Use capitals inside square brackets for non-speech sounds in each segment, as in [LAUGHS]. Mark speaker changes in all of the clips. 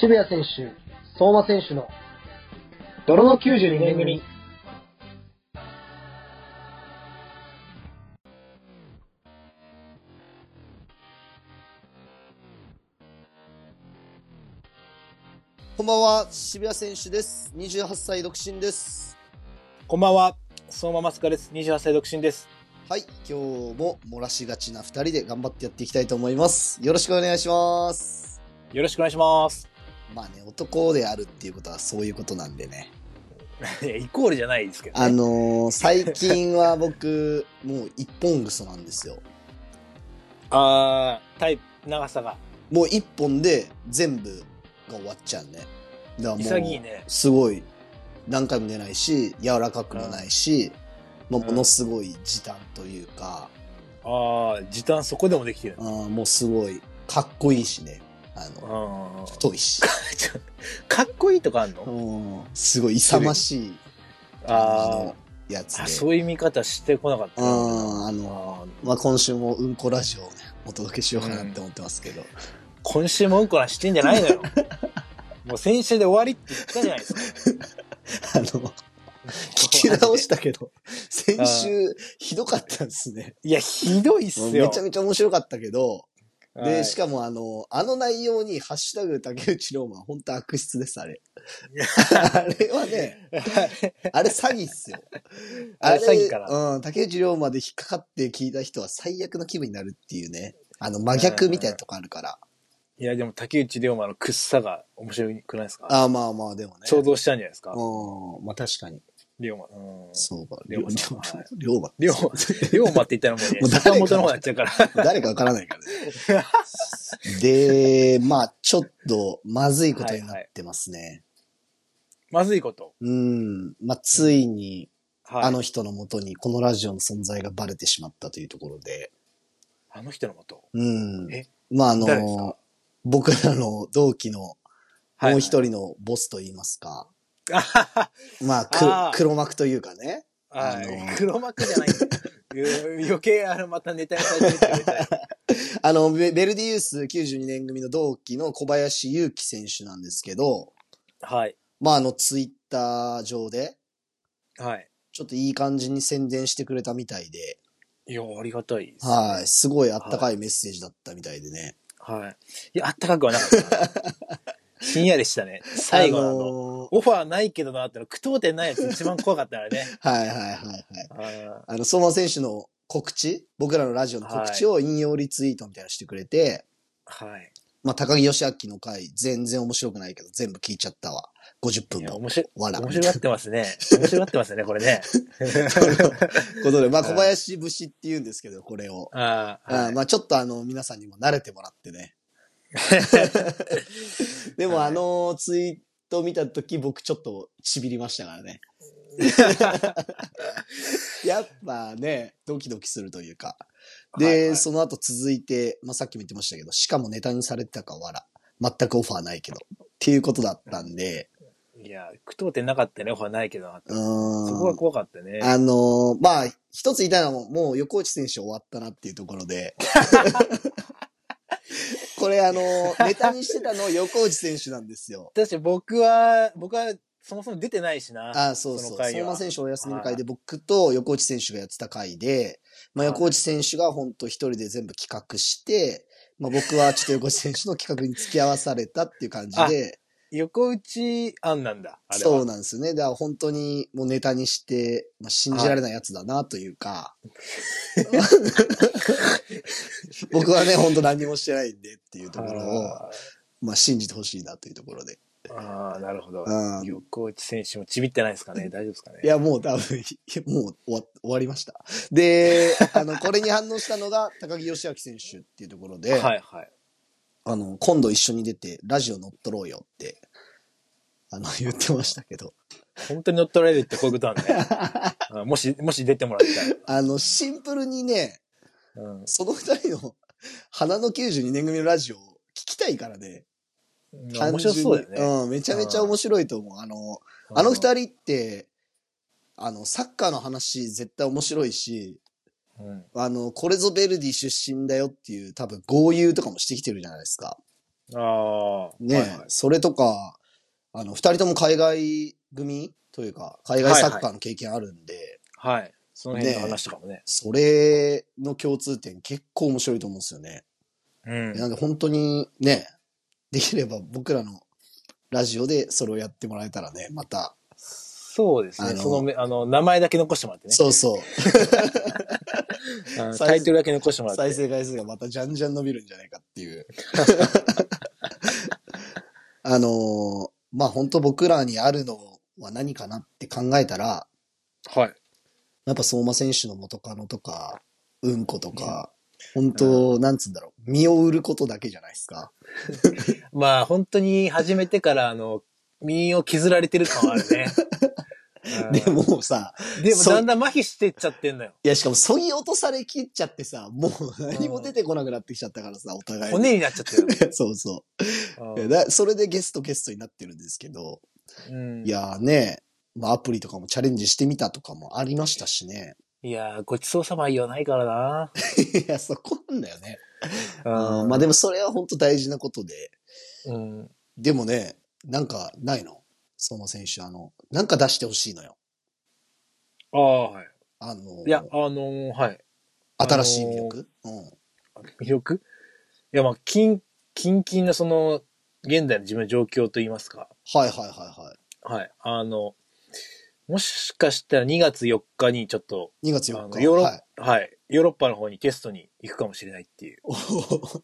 Speaker 1: 渋谷選手、相馬選手の泥の92年組。
Speaker 2: こんばんは、渋谷選手です。28歳独身です。
Speaker 3: こんばんは、相馬マスカです。28歳独身です。
Speaker 2: はい、今日も漏らしがちな2人で頑張ってやっていきたいと思います。よろしくお願いします。
Speaker 3: よろしくお願いします。
Speaker 2: まあね、男であるっていうことはそういうことなんでね。
Speaker 3: いやイコールじゃないですけど、
Speaker 2: あ
Speaker 3: ね。
Speaker 2: のー、最近は僕、もう一本嘘なんですよ。
Speaker 3: あー、タイプ、長さが。
Speaker 2: もう一本で全部が終わっちゃうね。だからも
Speaker 3: 潔いね。
Speaker 2: すごい何回も出ないし柔らかくもないし、まあ、ものすごい時短というか、
Speaker 3: あー、時短そこでもできてる。
Speaker 2: あーもうすごいかっこいいしねあ
Speaker 3: う
Speaker 2: の
Speaker 3: ん。
Speaker 2: 太いし、
Speaker 3: ちょかっこいいとかあんの
Speaker 2: うん、すごい勇ましい
Speaker 3: あ
Speaker 2: 感じのやつ
Speaker 3: ー
Speaker 2: で
Speaker 3: あ、そういう見方してこなかったな。
Speaker 2: うんあの
Speaker 3: あー
Speaker 2: まあ、今週もうんこラジオを、ね、お届けしようかなって思ってますけど、
Speaker 3: [LAUGHS] 今週もうんこらしてんじゃないの [LAUGHS] よ。もう先週で終わりって言ったじゃないですか。
Speaker 2: あの聞き直したけど先週ひどかったんですね
Speaker 3: いや、ひどいっ
Speaker 2: もう
Speaker 3: すよ。
Speaker 2: めちゃめちゃ面白かったけど
Speaker 3: は
Speaker 2: で、
Speaker 3: い
Speaker 2: しかもあの、あの内容に、ハッシュタグ竹内涼真、本当悪質です、あれ。 [LAUGHS] あれはね、あれ詐欺っすよ。
Speaker 3: [LAUGHS] あれ詐欺か
Speaker 2: うん、竹内涼真で引っかかって聞いた人は最悪の気分になるっていうね。あの、真逆みたいなとこあるから。
Speaker 3: [LAUGHS] いや、でも竹内涼真のくっさが面白くないですか
Speaker 2: ああ、まあまあ、でもね。
Speaker 3: 想像したんじゃないですか
Speaker 2: うん、まあ確かに。
Speaker 3: 龍馬。うん。
Speaker 2: そうか、
Speaker 3: 涼
Speaker 2: 涼
Speaker 3: 真さん
Speaker 2: 真。 [LAUGHS] 涼真。
Speaker 3: 龍馬、龍馬って言ったらもうね、
Speaker 2: もう誰か
Speaker 3: 坂本の方になっちゃう [LAUGHS] から。
Speaker 2: 誰かわからないか
Speaker 3: [LAUGHS]
Speaker 2: らね。で、まあ、ちょっと、まずいことになってますね。
Speaker 3: まずいこと。
Speaker 2: うん、まあ、ついに、
Speaker 3: はい。
Speaker 2: あの、人のもとにこのラジオの存在がバレてしまったというところで、
Speaker 3: あの人のこと。
Speaker 2: うん
Speaker 3: え。
Speaker 2: まあ、あ
Speaker 3: 誰ですか
Speaker 2: の、僕らの同期の
Speaker 3: はい
Speaker 2: もう一。人のボスといいますか、
Speaker 3: あはは
Speaker 2: ま
Speaker 3: あー
Speaker 2: あ、く黒幕というかね、
Speaker 3: は
Speaker 2: あの
Speaker 3: い黒幕じゃない。うん余計、あれ、またネタやされてるみたい [LAUGHS] な。
Speaker 2: あの、ベベルディユース92年組の同期の小林祐希選手なんですけど、
Speaker 3: はい。
Speaker 2: まあ、あの、ツイッター上で、
Speaker 3: はい。
Speaker 2: ちょっといい感じに宣伝してくれたみたいで、
Speaker 3: いや、ありがたいですね
Speaker 2: はい、すごいあったかいメッセージだったみたいでね。
Speaker 3: はい。いや、あったかくはなかった
Speaker 2: [LAUGHS]
Speaker 3: な。ひんやりしたね。最後のあ
Speaker 2: あ
Speaker 3: の、
Speaker 2: の
Speaker 3: オファーないけどなっての、苦闘点ないやつ一番怖かったからね。
Speaker 2: ーはいはいはいはい。
Speaker 3: あー
Speaker 2: あの、相馬選手の告知、僕らのラジオの告知を引用リツイートみたいなのしてくれて、
Speaker 3: はい。
Speaker 2: まあ、高木義明の回、全然面白くないけど、全部聞いちゃったわ。50
Speaker 3: い
Speaker 2: 分
Speaker 3: や、
Speaker 2: も。
Speaker 3: 面白い。
Speaker 2: わら。
Speaker 3: 面白がってますね。面白がってますね、これ
Speaker 2: [LAUGHS]
Speaker 3: ね。 [LAUGHS]
Speaker 2: ことで、まあ、
Speaker 3: はい
Speaker 2: 小林節って言うんですけど、これを。
Speaker 3: あー
Speaker 2: あ
Speaker 3: は
Speaker 2: ー
Speaker 3: い
Speaker 2: まあ、ちょっとあの、皆さんにも慣れてもらっ
Speaker 3: [LAUGHS]
Speaker 2: てね。でも、
Speaker 3: はい
Speaker 2: あの、ツイート見たとき、僕ちょっとちびりましたか
Speaker 3: [LAUGHS]
Speaker 2: らね。やっぱね、ドキドキするというか。で、
Speaker 3: はいはい
Speaker 2: その後続いて、まあ、さっきも言ってましたけど、しかもネタにされてたかわら。全くオファーないけど。っていうことだったんで、
Speaker 3: いや、苦闘点なかったね、オファーないけどなって
Speaker 2: うーん。
Speaker 3: そこが怖かったね。
Speaker 2: あのーまあ、一つ言いたいのはもう、もう横内選手終わったなっていうとこ
Speaker 3: [LAUGHS]
Speaker 2: ろで。これあのーネタにしてたの横内選手なんですよ。
Speaker 3: 確かに僕は、僕はそもそも出てないしな。
Speaker 2: ああそう
Speaker 3: そ
Speaker 2: そ
Speaker 3: の
Speaker 2: う。
Speaker 3: 回は
Speaker 2: 相馬選手お休みの
Speaker 3: はい
Speaker 2: 回で僕と横内選手がやってた回で、まあ
Speaker 3: はい
Speaker 2: 横内選手が本当一人で全部企画して、まあ僕はちょっと横内選手の企画に付き合わされたっていう感じで、
Speaker 3: 横打ち案なんだ。あれは
Speaker 2: そうなんですよね。だから本当にもうネタにして、まあ信じられないやつだなというか、僕はね、本当何もしてないんでっていうところを、
Speaker 3: あ
Speaker 2: まあ信じてほしいなというところで。
Speaker 3: ーあー、なるほど。
Speaker 2: うん
Speaker 3: 横打ち選手もちびってないですかね。大丈夫ですかね。
Speaker 2: いや、もう多分、いやもう終わ終わりました。で、あの、これに反応したのが高木義明選手っていうところで、
Speaker 3: はいはい。
Speaker 2: あの、今度一緒に出て、ラジオ乗っ取ろうよって、あの、言ってましたけど、
Speaker 3: 本当に乗っ取られるってこういうことな
Speaker 2: [LAUGHS]
Speaker 3: んだよあーもし、もし出てもらっ
Speaker 2: あの、シンプルにね、
Speaker 3: たら。うん
Speaker 2: その二人の、花の92年組のラジオを聞きたいからね。
Speaker 3: 面白そうだよ
Speaker 2: 単純
Speaker 3: ね。
Speaker 2: にうん、めちゃめちゃ面白いと思う。あの、あの二人って、あの、サッカーの話絶対面白いし、
Speaker 3: うん。
Speaker 2: あの、これぞベルディ出身だよっていう多分合流とかもしてきてるじゃないですか。
Speaker 3: ああ。
Speaker 2: ねえ、
Speaker 3: はいはい
Speaker 2: それとか、あの、二人とも海外組というか、海外サッカーの経験あるんで、
Speaker 3: はい。その辺の話とかもね。
Speaker 2: それの共通点結構面白いと思うんですよね。
Speaker 3: うん。
Speaker 2: なんで本当にね、できれば僕らのラジオでそれをやってもらえたらね、また。
Speaker 3: そうです
Speaker 2: あ
Speaker 3: ね。
Speaker 2: の
Speaker 3: そのめ、あの、名前だけ残してもらってね。
Speaker 2: そうそう。
Speaker 3: あのタイトルだけ残してもらっ
Speaker 2: 再
Speaker 3: て。
Speaker 2: 生回数がまたじゃんじゃん伸びるんじゃないかっていう。 [LAUGHS] あのーまあ本当僕らにあるのは何かなって考えたら、
Speaker 3: はい。
Speaker 2: やっぱ相馬選手の元カノとか、うんことか、本当、なんつうんだろう、身を売ることだけじゃないですか。
Speaker 3: まあ、本当に始めてから、あの、身を削られてる感はある
Speaker 2: [LAUGHS]
Speaker 3: ね。うん
Speaker 2: で、もうさ、
Speaker 3: でも
Speaker 2: そう
Speaker 3: だんだん麻痺してっちゃってんのよ。
Speaker 2: いやしかもそぎ落とされきっちゃってさ、もう何も出てこなくなってきちゃったからさ、お互い。
Speaker 3: 骨になっちゃってる
Speaker 2: そうそ
Speaker 3: の
Speaker 2: う。
Speaker 3: う
Speaker 2: [LAUGHS] い
Speaker 3: ん。
Speaker 2: やだそれでゲストゲストになってるんですけど、
Speaker 3: うん
Speaker 2: いやーね、まあアプリとかもチャレンジしてみたとかもありました
Speaker 3: [LAUGHS]
Speaker 2: しね。
Speaker 3: いやー、ごちそうさま言わないからな。
Speaker 2: いや、そこなんだよね。
Speaker 3: うん
Speaker 2: [LAUGHS] まあでもそれは本当大事なことで。
Speaker 3: うん。
Speaker 2: でもね、なんかないの相馬選手、あの、なんか出してほしいのよ。
Speaker 3: ああ、はい。
Speaker 2: あの、
Speaker 3: いや、あのーはい。
Speaker 2: 新しい魅力、うん。
Speaker 3: 魅力いや、まあ、近、近々のその、現代の自分の状況といいますか。
Speaker 2: はいはいはいは
Speaker 3: はい。あの、もしかしたら2月4日にちょっと、
Speaker 2: い。2月
Speaker 3: あ
Speaker 2: 4
Speaker 3: の
Speaker 2: 日。
Speaker 3: ヨーロッ、
Speaker 2: はい、
Speaker 3: はい。ヨーロッパの方にテストに行くかもしれないっていう、
Speaker 2: おー。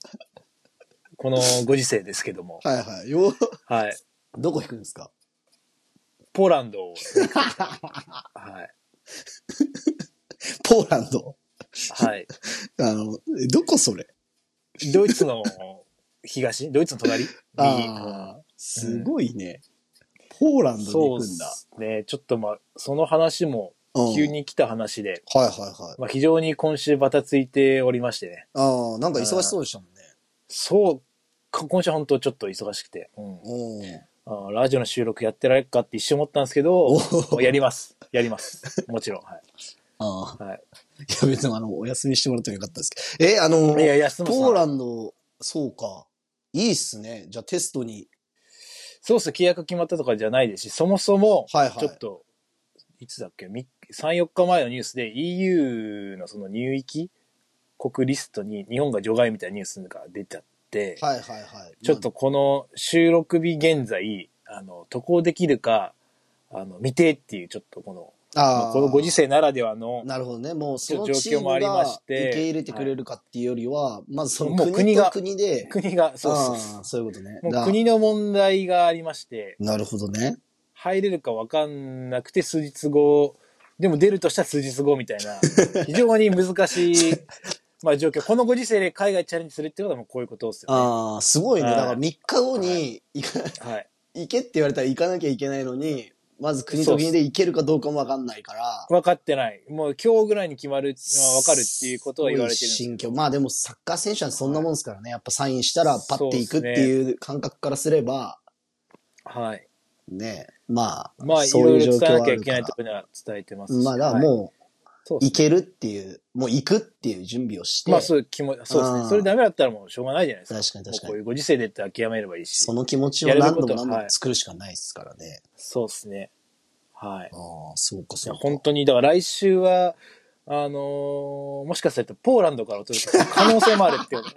Speaker 3: このご時世ですけども
Speaker 2: はい [LAUGHS] はい。ヨーロ
Speaker 3: はい。
Speaker 2: どこ行くんですか
Speaker 3: ポーランドを。
Speaker 2: [LAUGHS]
Speaker 3: はい。
Speaker 2: ポーランド。
Speaker 3: はい。
Speaker 2: あの、えどこそれ
Speaker 3: ドイツの東ドイツの隣に。
Speaker 2: ああ、すごいね。ポーランドに
Speaker 3: そ
Speaker 2: 行
Speaker 3: う
Speaker 2: く
Speaker 3: で
Speaker 2: んだ。
Speaker 3: すね。ちょっとまあ、その話も
Speaker 2: うん
Speaker 3: 急。に来た話で、
Speaker 2: はいはいはい。
Speaker 3: まあ非常に今週バタついておりましてね。
Speaker 2: ああ、なんか忙しそうでしたもんね。
Speaker 3: そう、か今週本当ちょっと忙しくて、うん
Speaker 2: おー
Speaker 3: あーラジオの収録やってられるかって一瞬思ったんですけど
Speaker 2: お、ー
Speaker 3: もうやります。やり [LAUGHS] ます。もちろん。は
Speaker 2: あ [LAUGHS]
Speaker 3: い。はい
Speaker 2: あ。いや、別にあの、お休みしてもらってもよかったですけど。え、あの、
Speaker 3: いや、休むさん
Speaker 2: ポーランド、そうか。いいっすね。じゃあテストに。
Speaker 3: そうそう、契約決まったとかじゃないですし、そもそも、
Speaker 2: はいはい。
Speaker 3: ちょっと、いつだっけ、み3、4日前のニュースで EU のその入域国リストに日本が除外みたいなニュースが出ちゃって、
Speaker 2: はいはいはい。
Speaker 3: ちょっとこの収録日現在、あの、渡航できるか、あの、未定っていう、ちょっとこの、
Speaker 2: まあ、
Speaker 3: ま
Speaker 2: あ
Speaker 3: あ
Speaker 2: あ、
Speaker 3: このご時世ならではの、
Speaker 2: なるほどね。もうその
Speaker 3: ちょっと
Speaker 2: チー
Speaker 3: 状況
Speaker 2: ム
Speaker 3: もあり
Speaker 2: が
Speaker 3: まし
Speaker 2: 受
Speaker 3: て
Speaker 2: け入れてくれるかっていうよりは、まずその
Speaker 3: もう国
Speaker 2: 国と
Speaker 3: が
Speaker 2: 国で、
Speaker 3: 国が、そうそう
Speaker 2: あ
Speaker 3: そ
Speaker 2: あそういうことね。
Speaker 3: う。も
Speaker 2: だ
Speaker 3: う国の問題がありまして、
Speaker 2: なるほどね。
Speaker 3: 入れるかわかんなくて数日後、でも出るとしたら数日後みたい
Speaker 2: [LAUGHS]
Speaker 3: な、非常に難しい、まあ状況。このご時世で海外チャレンジするってことはもうこういうことですよ
Speaker 2: ああ、すごいね。
Speaker 3: は
Speaker 2: だ
Speaker 3: い
Speaker 2: から3日後に行か、
Speaker 3: ね。はい。
Speaker 2: 行けって言われたら行かなきゃいけないのに、まず国と国で行けるかどうかもわかんないから。
Speaker 3: 分かってない。もう今日ぐらいに決まる、まあ、分かるっていうことは言われてるん
Speaker 2: す
Speaker 3: です
Speaker 2: ごい
Speaker 3: け
Speaker 2: 心
Speaker 3: ど
Speaker 2: 境。まあでもサッカー選手はそんなもんですからね。やっぱサインしたらパッて行くっていう感覚からすれば、
Speaker 3: はい。
Speaker 2: ね、まあ、
Speaker 3: まあ、い
Speaker 2: そう
Speaker 3: ろい
Speaker 2: い
Speaker 3: うろ
Speaker 2: 状
Speaker 3: 伝
Speaker 2: 況
Speaker 3: えな
Speaker 2: はあ
Speaker 3: きゃい
Speaker 2: る
Speaker 3: け
Speaker 2: か
Speaker 3: ない
Speaker 2: ら
Speaker 3: と。ころには伝えてますし。
Speaker 2: まあだから
Speaker 3: はい
Speaker 2: も
Speaker 3: そう
Speaker 2: う
Speaker 3: で
Speaker 2: 行
Speaker 3: す
Speaker 2: けるっていう、もう行くっていう準備をして、
Speaker 3: まあ、そういう気持ち、そうです
Speaker 2: あー
Speaker 3: ね。それダメだったらもうしょうがないじゃないですか。
Speaker 2: 確かに確かに
Speaker 3: もうこういうご時世でって諦めればいいし。
Speaker 2: そ
Speaker 3: そ
Speaker 2: の気持ちを何度も何度も作るしかないですからね。
Speaker 3: うですね。はい。
Speaker 2: ああ、そうか
Speaker 3: い
Speaker 2: そ
Speaker 3: や
Speaker 2: うか。
Speaker 3: 本当に、だから来週は、あのーもしかするとポーランドからお届けする可能性もあるって
Speaker 2: [LAUGHS]
Speaker 3: ことね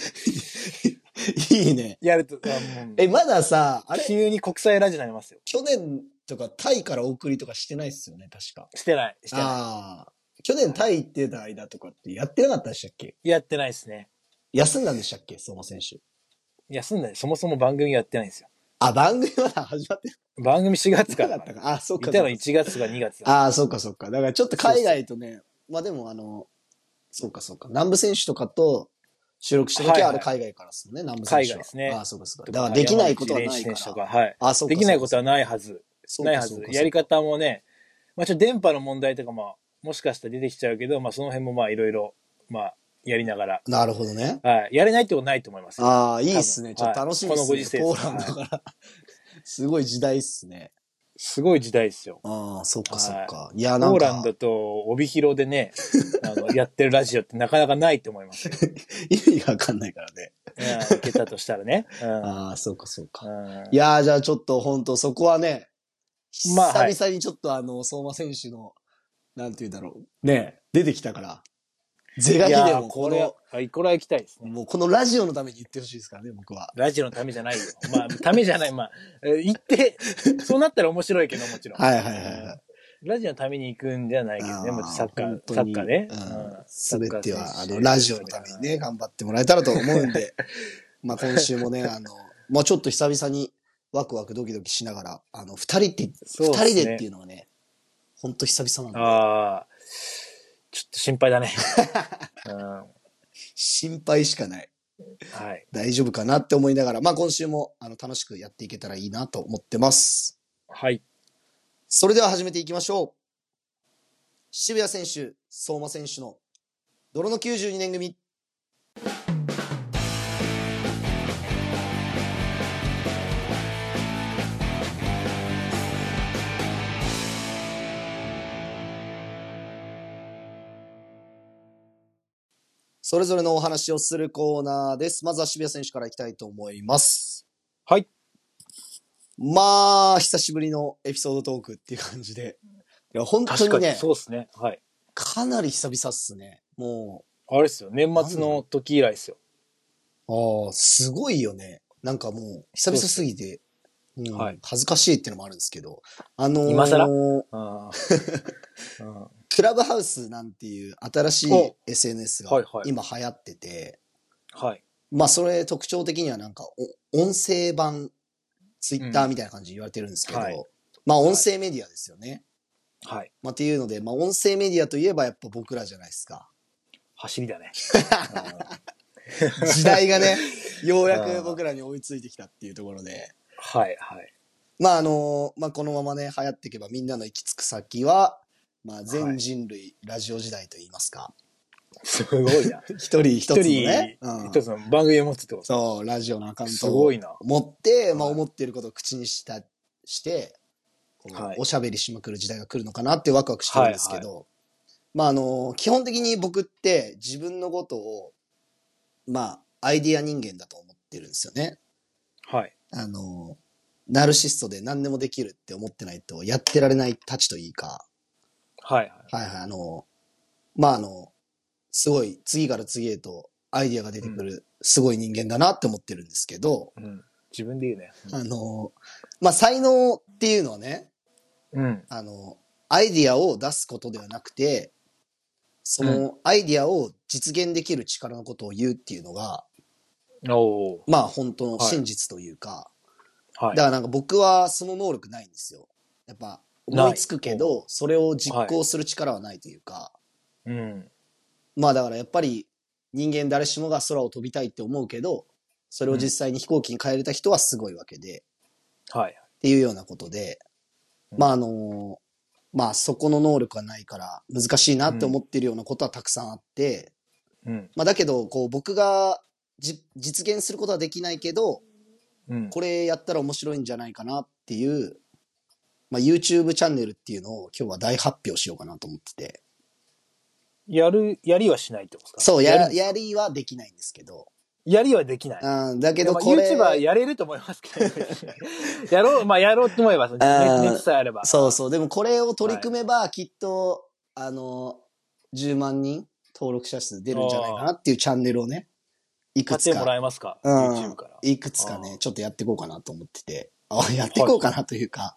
Speaker 2: [LAUGHS] いいね。
Speaker 3: やると、あもう
Speaker 2: え、まださ、あれ
Speaker 3: 急に国際ラジオになりますよ。
Speaker 2: 去年とかタイからお送りとかしてないっすよね、確か。
Speaker 3: してない。してな
Speaker 2: ああ。去年タイ行ってた間とかってやってなかったでしたっけ
Speaker 3: い。やってないですね。
Speaker 2: 休んだんでしたっけ相馬選手。
Speaker 3: 休んだりそもそも番組やってないんですよ。
Speaker 2: あ、番組まだ始まって
Speaker 3: 番組4月か
Speaker 2: な
Speaker 3: ら
Speaker 2: かっ。たか。あ、そう
Speaker 3: い
Speaker 2: か。
Speaker 3: たの1月か2月。
Speaker 2: ああ、そうかそうか。だからちょっと海外とね、まあでもあの、そうかそうか。南部選手とかと収録した時は
Speaker 3: は
Speaker 2: あ
Speaker 3: いは
Speaker 2: れ
Speaker 3: い
Speaker 2: 海外からですもんね、南部選手は。
Speaker 3: 海外ですね
Speaker 2: ああ、そうかそうか。だからできないことはないか
Speaker 3: 山口選手と
Speaker 2: ら。
Speaker 3: かはい。
Speaker 2: ああ、そうか。
Speaker 3: できないことはないはず。
Speaker 2: そうか
Speaker 3: ないは
Speaker 2: そう
Speaker 3: ず
Speaker 2: か。そうか
Speaker 3: やり方もね、まあちょっと電波の問題とかも、もしかしたら出てきちゃうけど、まあその辺もまあいろいろ、まあやりながら。
Speaker 2: なるほどね。
Speaker 3: はい。やれないってことないと思いますよ。
Speaker 2: ああ、いいっすね。
Speaker 3: 多分
Speaker 2: ちょっと楽しみですね。 [LAUGHS]
Speaker 3: はいこのご時世
Speaker 2: ポーランドから。すごい時代っすね。
Speaker 3: すごい時代ですよ。
Speaker 2: ああ、そっかそっか。い、
Speaker 3: ポ
Speaker 2: や、なん
Speaker 3: ーラン
Speaker 2: か、
Speaker 3: ドと帯広で
Speaker 2: [LAUGHS]
Speaker 3: ね、あの、やってるラジオってなかなかないと思いますよ。
Speaker 2: 意味がわかんないからね。
Speaker 3: うん、いけたとしたらね。うん
Speaker 2: ああ、そっかそっか。
Speaker 3: うん。
Speaker 2: いやー、じゃあちょっと本当そこはね、久
Speaker 3: まあはい
Speaker 2: 々にちょっとあの、相馬選手の、なんて言うんだろう。ね、出てきたから。是が
Speaker 3: い
Speaker 2: 非
Speaker 3: や
Speaker 2: で
Speaker 3: ー
Speaker 2: もこ
Speaker 3: これ
Speaker 2: の
Speaker 3: は、、はいこれは行きたいですね。
Speaker 2: もうこのラジオのために言ってほしいですからね、僕は。
Speaker 3: ラジオのためじゃないよ。まあ、ためじゃない。まあ、えー行って、そうなったら面白いけど、もちろん。
Speaker 2: はいはいはいはい。
Speaker 3: ラジオのために行くんじゃないけどね、
Speaker 2: あー
Speaker 3: もうサッカ
Speaker 2: 本
Speaker 3: ー、
Speaker 2: 当
Speaker 3: サッ
Speaker 2: に
Speaker 3: カーね。
Speaker 2: うん。
Speaker 3: サ
Speaker 2: す
Speaker 3: ッ
Speaker 2: べ
Speaker 3: カー
Speaker 2: て
Speaker 3: 選手
Speaker 2: は、あの、ラジオのためにね、頑張ってもらえたらと思うんで、 [LAUGHS] まあ今週
Speaker 3: [LAUGHS]
Speaker 2: もね、あの、まあちょっと久々にワクワクドキドキしながら、あの、二人って、
Speaker 3: そ
Speaker 2: 二
Speaker 3: うっすね
Speaker 2: 人でっていうのはね、ほんと久々なんで、
Speaker 3: ああ、ちょっと心配だ
Speaker 2: [LAUGHS]
Speaker 3: ね。うん。は
Speaker 2: 心配しかない。
Speaker 3: い。
Speaker 2: 大丈夫かなって思いながら、まあ今週もあの楽しくやっていけたらいいなと思ってます。
Speaker 3: はい。
Speaker 2: それでは始めていきましょう。渋谷選手、相馬選手の泥の92年組。それぞれのお話をするコーナーです。まずは渋谷選手からいきたいと思います。
Speaker 3: はい。
Speaker 2: まあ、久しぶりのエピソードトークっていう感じで。いや、本当
Speaker 3: 確か
Speaker 2: に
Speaker 3: に、
Speaker 2: ね、
Speaker 3: そうですね。はい。
Speaker 2: かなり久々っすね。も
Speaker 3: あれですよ。年末の時以来ですよ。
Speaker 2: う、ああ、すごいよね。なんかもう、久々すぎて、うん
Speaker 3: はい
Speaker 2: 恥ずかしいっていうのもあるんですけど、あのー
Speaker 3: 今更
Speaker 2: [LAUGHS]
Speaker 3: うん。うん
Speaker 2: クラブハウスなんていう新しい
Speaker 3: お
Speaker 2: SNS
Speaker 3: は
Speaker 2: が
Speaker 3: いはい
Speaker 2: 今流行ってて、
Speaker 3: はい。
Speaker 2: まあそれ特徴的にはなんかお音声版ツイッターみたいな感じで言われてるんですけど、
Speaker 3: うんはい
Speaker 2: まあ音声メディアですよね。
Speaker 3: はい。
Speaker 2: まあっていうので、まあ音声メディアといえばやっぱ僕らじゃないですか。
Speaker 3: 走りだ
Speaker 2: [LAUGHS]
Speaker 3: ね。うん
Speaker 2: 時代
Speaker 3: [LAUGHS]
Speaker 2: がね、ようや
Speaker 3: あ
Speaker 2: く
Speaker 3: ー
Speaker 2: 僕らに追いついてきたっていうところで。
Speaker 3: はい、はい。
Speaker 2: まああのまあこのままね、流行っていけばみんなの行き着く先は、まあ全人類、ラジオ時代と言いますか。
Speaker 3: すごいな。
Speaker 2: 一 [LAUGHS] 人一
Speaker 3: 一
Speaker 2: つ
Speaker 3: 人、
Speaker 2: のね。うん
Speaker 3: 一つの番組を持つってこと
Speaker 2: そう、ラジオのアカウン
Speaker 3: す
Speaker 2: ト
Speaker 3: ご
Speaker 2: を
Speaker 3: いな。
Speaker 2: 持って、まあ
Speaker 3: はい
Speaker 2: 思っていることを口にした、して、こう
Speaker 3: はい
Speaker 2: おしゃべりしまくる時代が来るのかなってワクワクしてるんですけど、まああの基本的に僕って自分のことを、まあアイディア人間だと思ってるんですよね。
Speaker 3: はい。
Speaker 2: あの、ナルシストで何でもできるって思ってないと、やってられないたちといいか、
Speaker 3: はい、はい。
Speaker 2: はいはい、あの、まああの、すごい次から次へとアイディアが出てくる、すごい人間だなって思ってるんですけど、
Speaker 3: うん。自分で言うね。
Speaker 2: あの、まあ才能っていうのはね、
Speaker 3: うん。
Speaker 2: あの、アイディアを出すことではなくて、そのアイディアを実現できる力のことを言うっていうのが、
Speaker 3: おー
Speaker 2: まあ本当の
Speaker 3: はい
Speaker 2: 真実というか、
Speaker 3: はい
Speaker 2: だ。からなんか僕はその能力ないんですよ。やっぱ思いつくけど、それを実行する力はないというか、
Speaker 3: うん。
Speaker 2: まあだからやっぱり人間誰しもが空を飛びたいって思うけど、それを実際に飛行機に変えれた人はすごいわけで、っ
Speaker 3: はい。
Speaker 2: ていうようなことで、
Speaker 3: うん
Speaker 2: まああの、まあそこの能力がないから難しいなって思ってるようなことはたくさんあって、
Speaker 3: うん。
Speaker 2: まあだけど、こう僕がじ実現することはできないけど、
Speaker 3: うん。
Speaker 2: これやったら面白いんじゃないかなっていう、まあ、YouTube チャンネルっていうのを今日は大発表しようかなと思ってて。
Speaker 3: やる、やりはしないってことですか
Speaker 2: そう、や
Speaker 3: る
Speaker 2: やりはできないんですけど。
Speaker 3: やりはできない。
Speaker 2: うん、だ
Speaker 3: け
Speaker 2: け
Speaker 3: ど、
Speaker 2: ど
Speaker 3: まあ
Speaker 2: これ。
Speaker 3: YouTuber やれると思いますけど
Speaker 2: [LAUGHS]
Speaker 3: ね、やろう、まあ、やろうと思えば、その
Speaker 2: あー
Speaker 3: 熱熱さえあれば。
Speaker 2: そうそう。でもこれを取り組めばきっと、あの、10万人登録者数出るんじゃないかなっていうチャンネルをね、いく
Speaker 3: 買っ
Speaker 2: つ
Speaker 3: てもら
Speaker 2: か、
Speaker 3: えますか、
Speaker 2: うん
Speaker 3: ?YouTube から。
Speaker 2: いくつか
Speaker 3: あ
Speaker 2: ね
Speaker 3: ー、
Speaker 2: ちょっとやっていこうかなと思ってて。あやっていこうかなというか、
Speaker 3: はい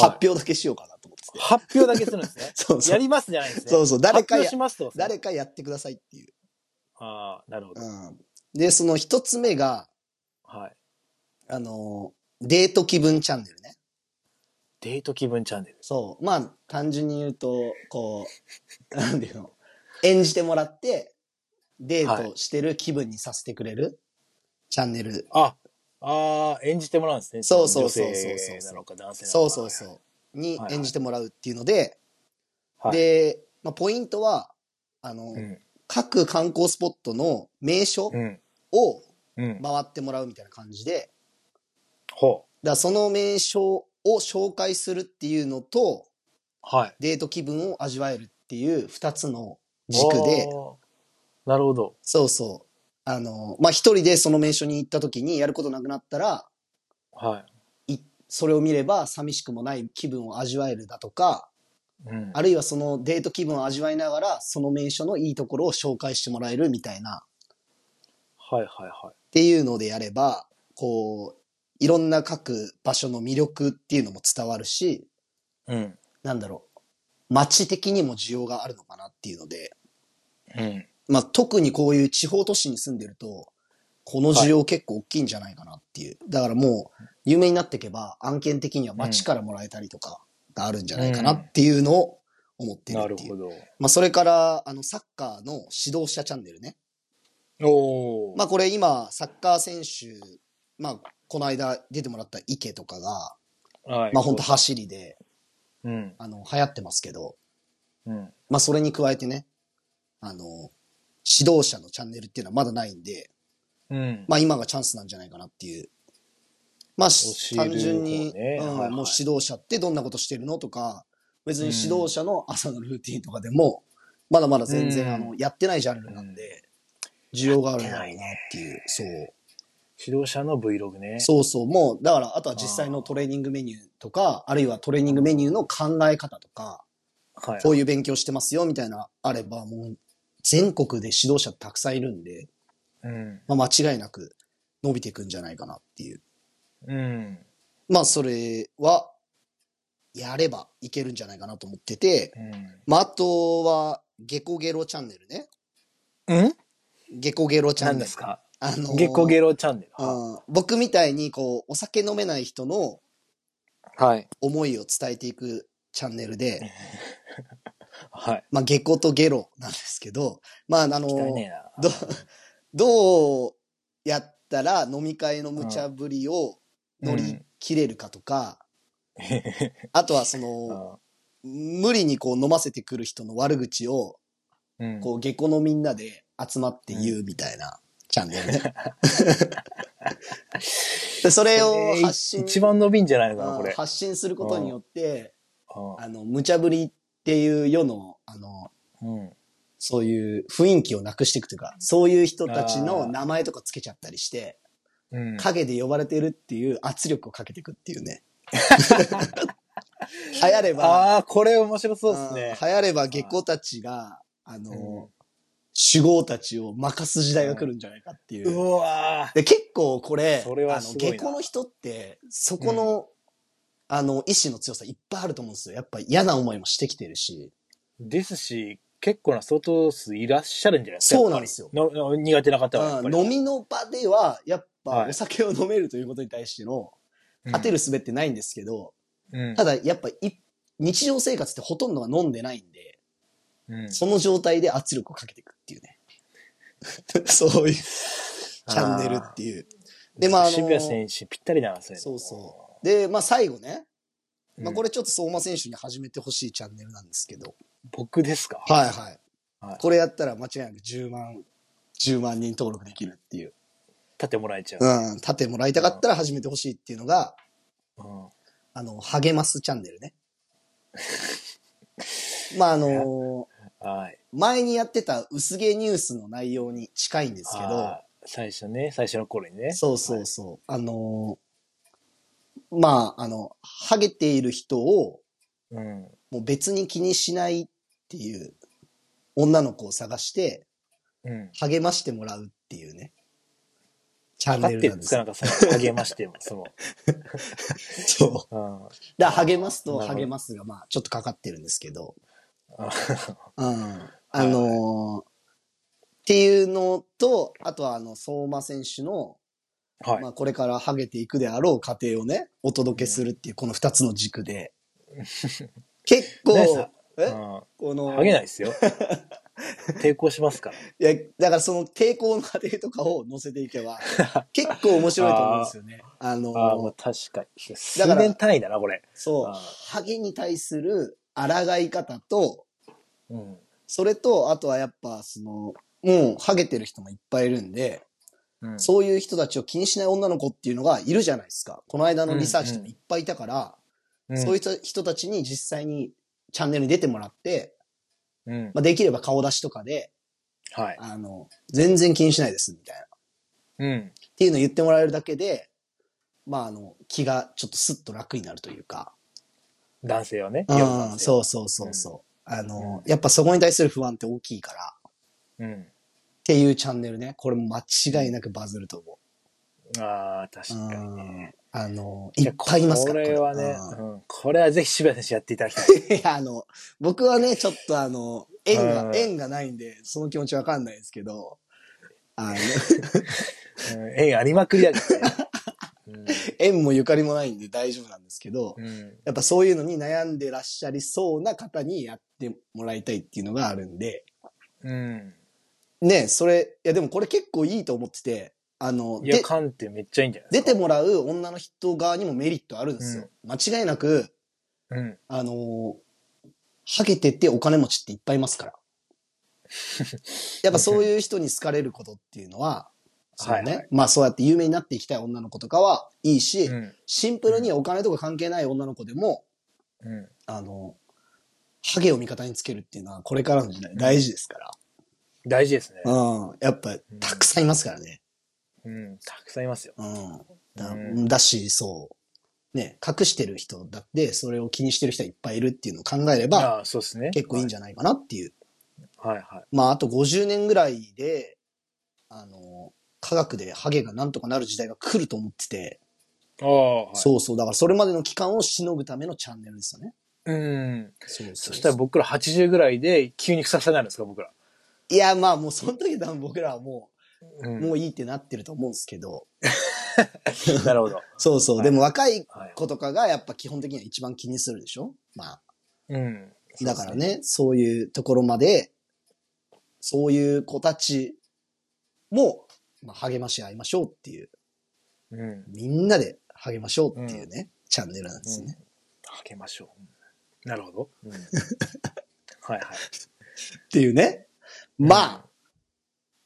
Speaker 2: 発表だけしようかなと思ってて。。
Speaker 3: 発表だけするんですね
Speaker 2: そうそ
Speaker 3: や
Speaker 2: う。
Speaker 3: りますじゃないんですね。
Speaker 2: そうそう。誰
Speaker 3: 発
Speaker 2: か
Speaker 3: 表
Speaker 2: や
Speaker 3: し、ますと。
Speaker 2: 誰かやってくださいっていう。
Speaker 3: ああ、なるほど。
Speaker 2: うんで、その一つ目が、
Speaker 3: はい。
Speaker 2: あのー、デート気分チャンネルね。
Speaker 3: デート気分チャンネル。
Speaker 2: そう。まあ、単純に言うと、こう、 [LAUGHS] なんていうの、演じてもらって、デートしてる気分にさせてくれる、チャンネル。
Speaker 3: あ、ああ、演じてもらうんですね。
Speaker 2: そうそうそうそうそう
Speaker 3: 女性なのか男性なのか。
Speaker 2: そうそうそう。に
Speaker 3: はい
Speaker 2: 演じてもらうっていうので、
Speaker 3: はい。
Speaker 2: で、まあ、ポイントは、あの、
Speaker 3: うん、
Speaker 2: 各観光スポットの名所
Speaker 3: うん、
Speaker 2: を
Speaker 3: うん。
Speaker 2: 回ってもらうみたいな感じで、
Speaker 3: ほ
Speaker 2: だからその名称を紹介するっていうのと、
Speaker 3: はい。
Speaker 2: デート気分を味わえるっていう二つの軸で、
Speaker 3: あー。なるほど。
Speaker 2: そうそう。あの、まあ、一人でその名所に行った時にやることなくなったら、
Speaker 3: はい
Speaker 2: それを見れば寂しくもない気分を味わえるだとか、
Speaker 3: い。うん。
Speaker 2: あるいはそのデート気分を味わいながら、その名所のいいところを紹介してもらえるみたいな、
Speaker 3: はいはいはい。
Speaker 2: っていうのでやれば、こう、いろんな各場所の魅力っていうのも伝わるし、
Speaker 3: うん。
Speaker 2: なんだろう、街的にも需要があるのかなっていうので、
Speaker 3: うん。
Speaker 2: まあ特にこういう地方都市に住んでると、この需要結構大きいんじゃないかなっていう。だからもう、有名になっていけば案件的には街からもらえたりとかがあるんじゃないかなっていうのを思ってる
Speaker 3: なる
Speaker 2: ってい
Speaker 3: ほ
Speaker 2: う。
Speaker 3: ど。
Speaker 2: まあそれから、あの、サッカーの指導者チャンネルね。
Speaker 3: おお。
Speaker 2: まあこれ今、サッカー選手、まあこの間出てもらった池とかが、
Speaker 3: はい。
Speaker 2: まあ本当走りで、
Speaker 3: うん。
Speaker 2: あの、流行ってますけど、
Speaker 3: うん。
Speaker 2: まあそれに加えてね、あの、指導者のチャンネルっていうのはまだないんで、
Speaker 3: うん。
Speaker 2: まあ今がチャンスなんじゃないかなっていう。まあ
Speaker 3: 教える方ね
Speaker 2: 単純に、うん
Speaker 3: はいはい
Speaker 2: もう指導者ってどんなことしてるのとか、別に指導者の朝のルーティンとかでも、まだまだ全然、
Speaker 3: うん
Speaker 2: あの、やってないジャンルなんで、需要があるんだろうなっていう、そう。
Speaker 3: 指導者の Vlog ね。
Speaker 2: そうそう、もう、だからあとは実際のトレーニングメニューとか、あるいはトレーニングメニューの考え方とか、
Speaker 3: はい。
Speaker 2: こういう勉強してますよみたいな、あれば、もう、全国で指導者たくさんいるんで、
Speaker 3: うん。
Speaker 2: まあ間違いなく伸びていくんじゃないかなっていう。
Speaker 3: うん。
Speaker 2: まあそれは、やればいけるんじゃないかなと思ってて、
Speaker 3: うん。
Speaker 2: まああとは、ゲコゲロチャンネルね。
Speaker 3: うん
Speaker 2: ゲコゲロチャンネ
Speaker 3: 何
Speaker 2: ル。
Speaker 3: ですか
Speaker 2: あのー
Speaker 3: ゲコゲロチャンネル。
Speaker 2: うん僕みたいにこう、お酒飲めない人の
Speaker 3: はい。
Speaker 2: 思いを伝えていくチャンネルで、
Speaker 3: はい。
Speaker 2: まあゲコとゲロなんですけど、まああのー
Speaker 3: 汚いねえな。
Speaker 2: ど、どうやったら飲み会の無茶ぶりを乗り切れるかとか、あとはその、無理にこう飲ませてくる人の悪口を、
Speaker 3: [LAUGHS] うん。
Speaker 2: こう、下校のみんなで集まって言うみたいなチャンネ
Speaker 3: [LAUGHS]
Speaker 2: ルね。でそれを
Speaker 3: えー
Speaker 2: 発信、
Speaker 3: 一番伸びんじゃないのかな、
Speaker 2: あ
Speaker 3: こ
Speaker 2: ー
Speaker 3: れ。
Speaker 2: 発信することによって、
Speaker 3: あ
Speaker 2: あの、無茶ぶりっていう世の、あの、
Speaker 3: うん。
Speaker 2: そういう雰囲気をなくしていくというか、そういう人たちの名前とかつけちゃったりして、
Speaker 3: うん。
Speaker 2: 影で呼ばれてるっていう圧力をかけていくっていう
Speaker 3: [LAUGHS]
Speaker 2: ね。 [LAUGHS] 流行れば、
Speaker 3: ああ、これ面白そうですね。
Speaker 2: うん流行れば下校たちが、あの、主語たちを任す時代が来るんじゃないかっていうう。
Speaker 3: わ
Speaker 2: で、結構これ、
Speaker 3: それは
Speaker 2: あの、
Speaker 3: すごいな
Speaker 2: 下校の人って、そこの、あの、意志の強さいっぱいあると思うんですよ。やっぱ嫌な思いもしてきてるし。
Speaker 3: ーですし、結構な相当数いらっしゃるんじゃないですか。
Speaker 2: そうなんですよ
Speaker 3: やっぱりのの苦手な方はやっぱ
Speaker 2: うん
Speaker 3: り。
Speaker 2: 飲みの場では、やっぱ
Speaker 3: はい
Speaker 2: お酒を飲めるということに対しての、勝てる術ってないんですけど、
Speaker 3: うん。
Speaker 2: ただやっぱい日常生活ってほとんどは飲んでないんで、
Speaker 3: うん、
Speaker 2: その状態で圧力をかけていくっていうね。 [LAUGHS] そういうチャンネルっていう。でまああの
Speaker 3: 渋谷選手ぴったりだな、それ。
Speaker 2: そうそう。で、まあ最後ね、
Speaker 3: うん
Speaker 2: まあこれちょっと相馬選手に始めてほしいチャンネルなんですけど。
Speaker 3: 僕ですか
Speaker 2: はいはい。
Speaker 3: はい
Speaker 2: これやったら間違いなく10万、10万人登録できるっていう。
Speaker 3: 立てもらえちゃう。
Speaker 2: うん。立てもらいたかったら始めてほしいっていうのが、
Speaker 3: うん
Speaker 2: あの、励ますチャンネ
Speaker 3: [LAUGHS]
Speaker 2: ルね。まああの、
Speaker 3: はい。
Speaker 2: 前にやってた薄毛ニュースの内容に近いんですけど、
Speaker 3: あー最初ね、最初の頃にね。
Speaker 2: そうそうそう。あのーまあ、あの、ハゲている人を、
Speaker 3: うん。
Speaker 2: もう別に気にしないっていう、女の子を探して、
Speaker 3: うん。
Speaker 2: 励ましてもらうっていうね、チャン
Speaker 3: 立
Speaker 2: ネ
Speaker 3: っ
Speaker 2: ル
Speaker 3: て
Speaker 2: な
Speaker 3: る
Speaker 2: ん
Speaker 3: んで
Speaker 2: で
Speaker 3: すすかな
Speaker 2: よ
Speaker 3: んかその、励ましても、その。
Speaker 2: そう。
Speaker 3: うん。
Speaker 2: だから励ますと
Speaker 3: なるほど
Speaker 2: 励ますが、まあ、ちょっとかかってるんですけ
Speaker 3: [LAUGHS]
Speaker 2: ど、
Speaker 3: あ
Speaker 2: うん。あのーっていうのと、あとは、あの、相馬選手の、
Speaker 3: はい
Speaker 2: ま。あ、これからハゲていくであろう過程をね、お届けするっていう、この二つの
Speaker 3: [LAUGHS]
Speaker 2: 軸で。結
Speaker 3: 大地さ
Speaker 2: 構
Speaker 3: ん、
Speaker 2: え
Speaker 3: う
Speaker 2: こ
Speaker 3: ん。
Speaker 2: の、
Speaker 3: ハゲない
Speaker 2: い。
Speaker 3: ですよ。
Speaker 2: [LAUGHS]
Speaker 3: 抵抗しますから。
Speaker 2: や、だからその抵抗の過程とかを載せてい
Speaker 3: [LAUGHS]
Speaker 2: けば、結構面白いと思うんですよね。あの
Speaker 3: ああ、もう確かに。数年単位だな、これ。
Speaker 2: そう
Speaker 3: あ、
Speaker 2: ハゲに対する抗い方と、
Speaker 3: うん。
Speaker 2: それと、あとはやっぱ、その、もう、ハゲてる人もいっぱいいるんで、
Speaker 3: うん
Speaker 2: そういう人たちを気にしない女の子っていうのがいるじゃないですか。この間のリサーチでもいっぱいいたから、
Speaker 3: うん
Speaker 2: そういう人人たちに実際にチャンネルに出てもらって、
Speaker 3: うん。
Speaker 2: まあ、できれば顔出しとかで、
Speaker 3: はい。
Speaker 2: あの、全然気にしないです、みたいな。っ
Speaker 3: うん。
Speaker 2: ていうのを言ってもらえるだけで、まあ、あの、気がちょっとスッと楽になるというか。
Speaker 3: 男性はね。
Speaker 2: う
Speaker 3: 世の男
Speaker 2: ん、
Speaker 3: 性
Speaker 2: そうそうそうそう。あの、やっぱそこに対する不安って大きいから、っ
Speaker 3: うん。
Speaker 2: ていうチャンネルね。これも間違いなくバズると思
Speaker 3: ああ、確
Speaker 2: う。う
Speaker 3: かにね。
Speaker 2: ん。あの、いっぱいいますから
Speaker 3: これはね、
Speaker 2: うん
Speaker 3: うん、これはぜひ渋谷選手やっていただき
Speaker 2: [LAUGHS]
Speaker 3: たい。
Speaker 2: いや、あの、僕はね、ちょっとあの、縁
Speaker 3: う
Speaker 2: が、
Speaker 3: ん
Speaker 2: 縁がないんで、その気持ちわかんないですけど、あの、
Speaker 3: うん、縁ありまくりだからね。
Speaker 2: 縁もゆかりもないんで大丈夫なんですけど
Speaker 3: う、ん。うん
Speaker 2: やっぱそういうのに悩んでらっしゃりそうな方にやってもらいたいっていうのがあるんで、
Speaker 3: うん。
Speaker 2: ね、それ、いやでもこれ結構いいと思ってて、あの、
Speaker 3: いや、
Speaker 2: で
Speaker 3: 観点めっちゃいいんじゃない
Speaker 2: 出てもらう女の人側にもメリットあるんですよ。間違いなく、
Speaker 3: うん。
Speaker 2: あのーハゲててお金持ちっていっぱいいますから。やっぱそういう人に好かれることっていう
Speaker 3: [LAUGHS]
Speaker 2: のは、そうね、
Speaker 3: はいはい
Speaker 2: まあそうやって有名になっていきたい女の子とかはいいし、
Speaker 3: うん。
Speaker 2: シンプルにお金とか関係ない女の子でも、
Speaker 3: うん。
Speaker 2: あの、ハゲを味方につけるっていうのはこれからの時代大事ですから。
Speaker 3: 大事ですね。
Speaker 2: うん。やっぱたくさんいますからね。
Speaker 3: うん。たくさんいますよ。
Speaker 2: うん。だ
Speaker 3: うん
Speaker 2: だし、そう。ね、隠してる人だって、それを気にしてる人はいっぱいいるっていうのを考えれば、
Speaker 3: ああ、そうですね。
Speaker 2: 結構いいんじゃないかなっていう。
Speaker 3: はいは
Speaker 2: まあ、あと50年ぐらいで、あの、科学でハゲがなんとかなる時代が来ると思ってて、
Speaker 3: い。ああ、はい。
Speaker 2: そうそう、だからそれまでの期間をしのぐためのチャンネルですよね。
Speaker 3: うん。
Speaker 2: そうそう
Speaker 3: そしたら僕ら80ぐらいで急にふさふさになるんですか、僕ら。
Speaker 2: いや、まあもうその時だ僕らはも
Speaker 3: う
Speaker 2: う、
Speaker 3: ん。
Speaker 2: もういいってなってると思うんですけど、
Speaker 3: [LAUGHS] なるほど。
Speaker 2: そうそう、でも若い
Speaker 3: はい。
Speaker 2: 子とかがやっぱ基本的には一番気にするでしょまあ、
Speaker 3: うん。
Speaker 2: だからね、そういうところまで、そういう子たちも、まあ、励まし合いましょうっていう、
Speaker 3: うん。
Speaker 2: みんなで励ましょうっていうね、チャンネルなんですよね。
Speaker 3: かけましょう。なるほど。
Speaker 2: [LAUGHS]
Speaker 3: うんはいはい。
Speaker 2: っていうね。まあ、
Speaker 3: うん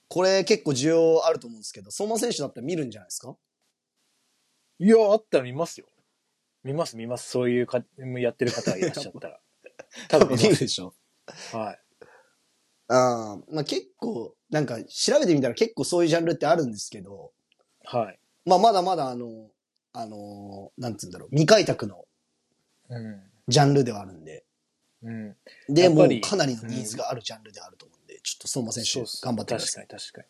Speaker 2: これ結構需要あると思うんですけど、相馬選手だったら見るんじゃないですか
Speaker 3: いや、あったら見ますよ。見ます、見ます。そういうか、やってる方がいらっしゃった
Speaker 2: [LAUGHS]
Speaker 3: ら。多分見ま
Speaker 2: でしょ。
Speaker 3: す。はい。
Speaker 2: ああ、まあ結構、なんか調べてみたら結構そういうジャンルってあるんですけど、
Speaker 3: はい。
Speaker 2: まあまだまだあの、あの、なんつうんだろう、未開拓の
Speaker 3: うん。
Speaker 2: ジャンルではあるんで、
Speaker 3: うん。
Speaker 2: で
Speaker 3: やっ
Speaker 2: も
Speaker 3: ぱ
Speaker 2: う
Speaker 3: り
Speaker 2: かなりのニーズがあるジャンルであると思うんで、ちょっと相馬選
Speaker 3: そう
Speaker 2: 手
Speaker 3: っす
Speaker 2: 頑張ってください。
Speaker 3: 確かに確かに。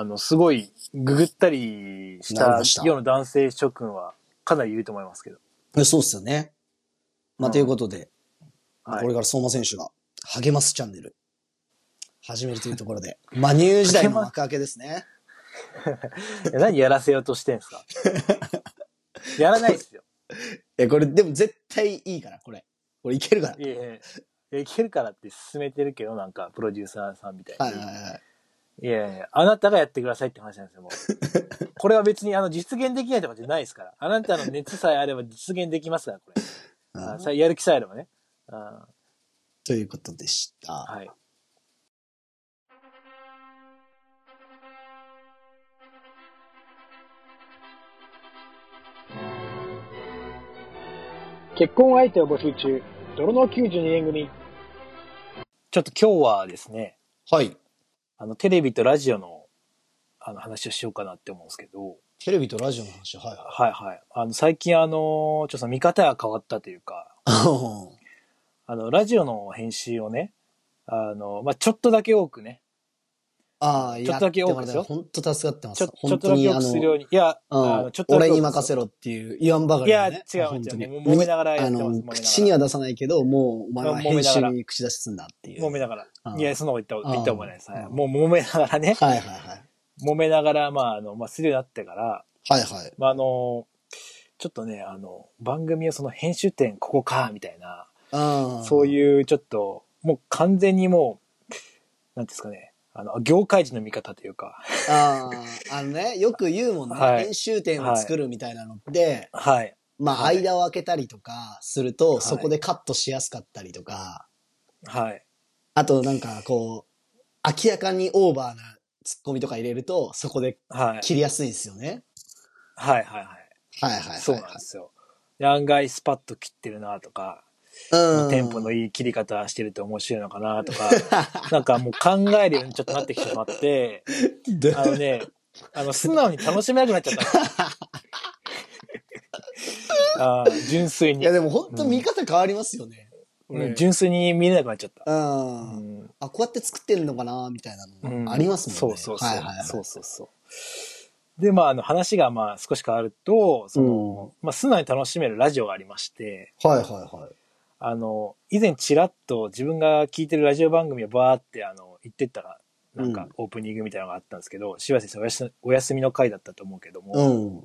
Speaker 3: あの、すごい、ググったりし
Speaker 2: なり
Speaker 3: た
Speaker 2: ました
Speaker 3: 世の男性諸君は、かなりいると思いますけど。
Speaker 2: ねそうっすよね。ま
Speaker 3: う
Speaker 2: あ、
Speaker 3: ん
Speaker 2: ということで、
Speaker 3: はい
Speaker 2: これから相馬選手が励ますチャンネル、始めるというところで、 [LAUGHS] まあ、ニュー時代の幕開けですね。
Speaker 3: え何やらせようとしてんすか
Speaker 2: [LAUGHS]
Speaker 3: やらないですよ。
Speaker 2: え、これ、でも絶対いいから、これ。これいけるから
Speaker 3: い。やいやいやいけるからって勧めてるけど、なんか、プロデューサーさんみたいな。
Speaker 2: はいはいはい。
Speaker 3: いやいや、あなたがやってくださいって話なんですよ、も [LAUGHS] う。これは別にあの実現できないとかじゃないですから。あなたの熱さえあれば実現できますから、これ。
Speaker 2: うん
Speaker 3: あさやる気さえあればね。あ
Speaker 2: ということでした。
Speaker 3: はい。
Speaker 1: 結婚相手を募集中、泥の92年組。
Speaker 3: ちょっと今日はですね、
Speaker 2: はい。
Speaker 3: あの、テレビとラジオの、あの、話をしようかなって思うんですけど、
Speaker 2: テレビとラジオの話、はいは
Speaker 3: はいはい。あの、最近あの、ちょっと見方が変わったというか、 [LAUGHS]
Speaker 2: い。
Speaker 3: あの、ラジオの編集をね、あの、まあ、ちょっとだけ多くね、
Speaker 2: ああ、いや
Speaker 3: ちょっとだけ多くでしょ
Speaker 2: 本当助かってま
Speaker 3: ち
Speaker 2: す。
Speaker 3: ょちょっ
Speaker 2: 本
Speaker 3: と
Speaker 2: 当
Speaker 3: だけ
Speaker 2: に
Speaker 3: 多
Speaker 2: あ
Speaker 3: くする
Speaker 2: の、
Speaker 3: ように、いや、あ
Speaker 2: う
Speaker 3: の
Speaker 2: ん
Speaker 3: ちょっとだけ
Speaker 2: 俺
Speaker 3: 多く
Speaker 2: に
Speaker 3: する
Speaker 2: 任せろっていう言わんばか
Speaker 3: い
Speaker 2: り
Speaker 3: や、
Speaker 2: の
Speaker 3: 違
Speaker 2: ね。
Speaker 3: う違う
Speaker 2: 本当に
Speaker 3: もう揉めながらやっ
Speaker 2: あ
Speaker 3: てます。揉め
Speaker 2: の、
Speaker 3: ながら
Speaker 2: 口には出さないけど、もうお前は
Speaker 3: うん揉め
Speaker 2: 編
Speaker 3: なが
Speaker 2: 集
Speaker 3: ら
Speaker 2: に口出しすんだっていう。
Speaker 3: 揉めながら
Speaker 2: う。ん
Speaker 3: いや、そんなこと言った
Speaker 2: うん
Speaker 3: 言った覚えないです。はい
Speaker 2: うん
Speaker 3: もう揉めながらね、
Speaker 2: はいはいはい。
Speaker 3: 揉めながら、まあ、あの、まあ、するようになってから、
Speaker 2: はいはい。
Speaker 3: まあ、あの、ちょっとね、あの、番組をその編集点ここか、みたいな、
Speaker 2: ああ
Speaker 3: そういうちょっと、もう完全にもう、なんていうんですかね、あの、業界人の見方というか、
Speaker 2: ああ、あのね、よく言うもんね、
Speaker 3: はい
Speaker 2: 編集点を作るみたいなのって、
Speaker 3: はい。
Speaker 2: まあ、
Speaker 3: はい
Speaker 2: 間を空けたりとかすると、
Speaker 3: はい
Speaker 2: そこでカットしやすかったりとか、
Speaker 3: はい。
Speaker 2: あとなんかこう、明らかにオーバーなツッコミとか入れると、そこで
Speaker 3: はい。
Speaker 2: 切りやすいんですよね。
Speaker 3: はいはいはい。
Speaker 2: はいはいはい、はい。
Speaker 3: そうなんですよ。案外スパッと切ってるなとか、
Speaker 2: うん。
Speaker 3: テンポのいい切り方してると面白いのかなと
Speaker 2: [LAUGHS]
Speaker 3: か、なんかもう考えるようにちょっとなってきてしまって、
Speaker 2: で
Speaker 3: あのね、あの、素直に楽しめなくなっちゃった。あ
Speaker 2: [LAUGHS]
Speaker 3: あ、純粋
Speaker 2: い
Speaker 3: に
Speaker 2: や、。でも本当見方変わりますよね。
Speaker 3: うん純粋に見れなくなっちゃった。う
Speaker 2: う。
Speaker 3: んん
Speaker 2: あ、こうやって作ってんのかなみたいな
Speaker 3: うん
Speaker 2: のありますもんね。
Speaker 3: そうそうそう。
Speaker 2: はいはいはい
Speaker 3: そうそうそう。で、まあ、あの、話がまあ少し変わると、その、まあ、素直に楽しめるラジオがありまして、
Speaker 2: はいはいはい。
Speaker 3: あの、以前ちらっと自分が聞いてるラジオ番組をバーって、あの、言ってったら、なん
Speaker 2: う
Speaker 3: か
Speaker 2: ん
Speaker 3: オープニングみたいなのがあったんですけど、柴田先生おやすお休みの回だったと思うけども、
Speaker 2: うん。はい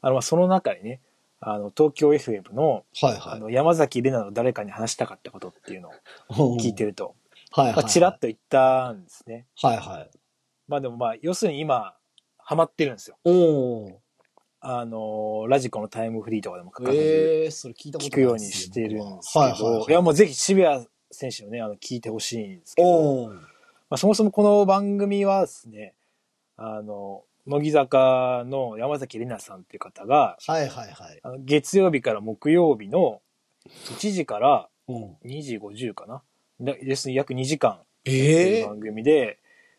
Speaker 3: あの、まあその中にね、あの、東京 FM の、あ
Speaker 2: は
Speaker 3: の、山崎玲奈の誰かに話したかったことっていうのを
Speaker 2: い。
Speaker 3: 聞いてると、
Speaker 2: はいはい
Speaker 3: ま
Speaker 2: は
Speaker 3: あ、
Speaker 2: い。
Speaker 3: ちらっと言ったんですね。
Speaker 2: はいはい。
Speaker 3: まあでもまあ、要するに今、ハマってるんですよ。
Speaker 2: おー。
Speaker 3: あの、ラジコのタイムフリーとかでも欠かさず
Speaker 2: ええそれ聞いたことない
Speaker 3: 聞くようにしてるんです
Speaker 2: はい
Speaker 3: け
Speaker 2: はいは
Speaker 3: ど、
Speaker 2: い。
Speaker 3: いやもうぜひ渋谷選手のね、あの、聞いてほしいんですけど、
Speaker 2: おー。
Speaker 3: まあ、そもそもこの番組はですね、あの、乃木坂の山崎里奈さんっていう方が、
Speaker 2: はいはいはい。
Speaker 3: あの月曜日から木曜日の1時から
Speaker 2: うん、
Speaker 3: 2時50かな。だですね、約2時間と
Speaker 2: え
Speaker 3: い
Speaker 2: え
Speaker 3: う番組で、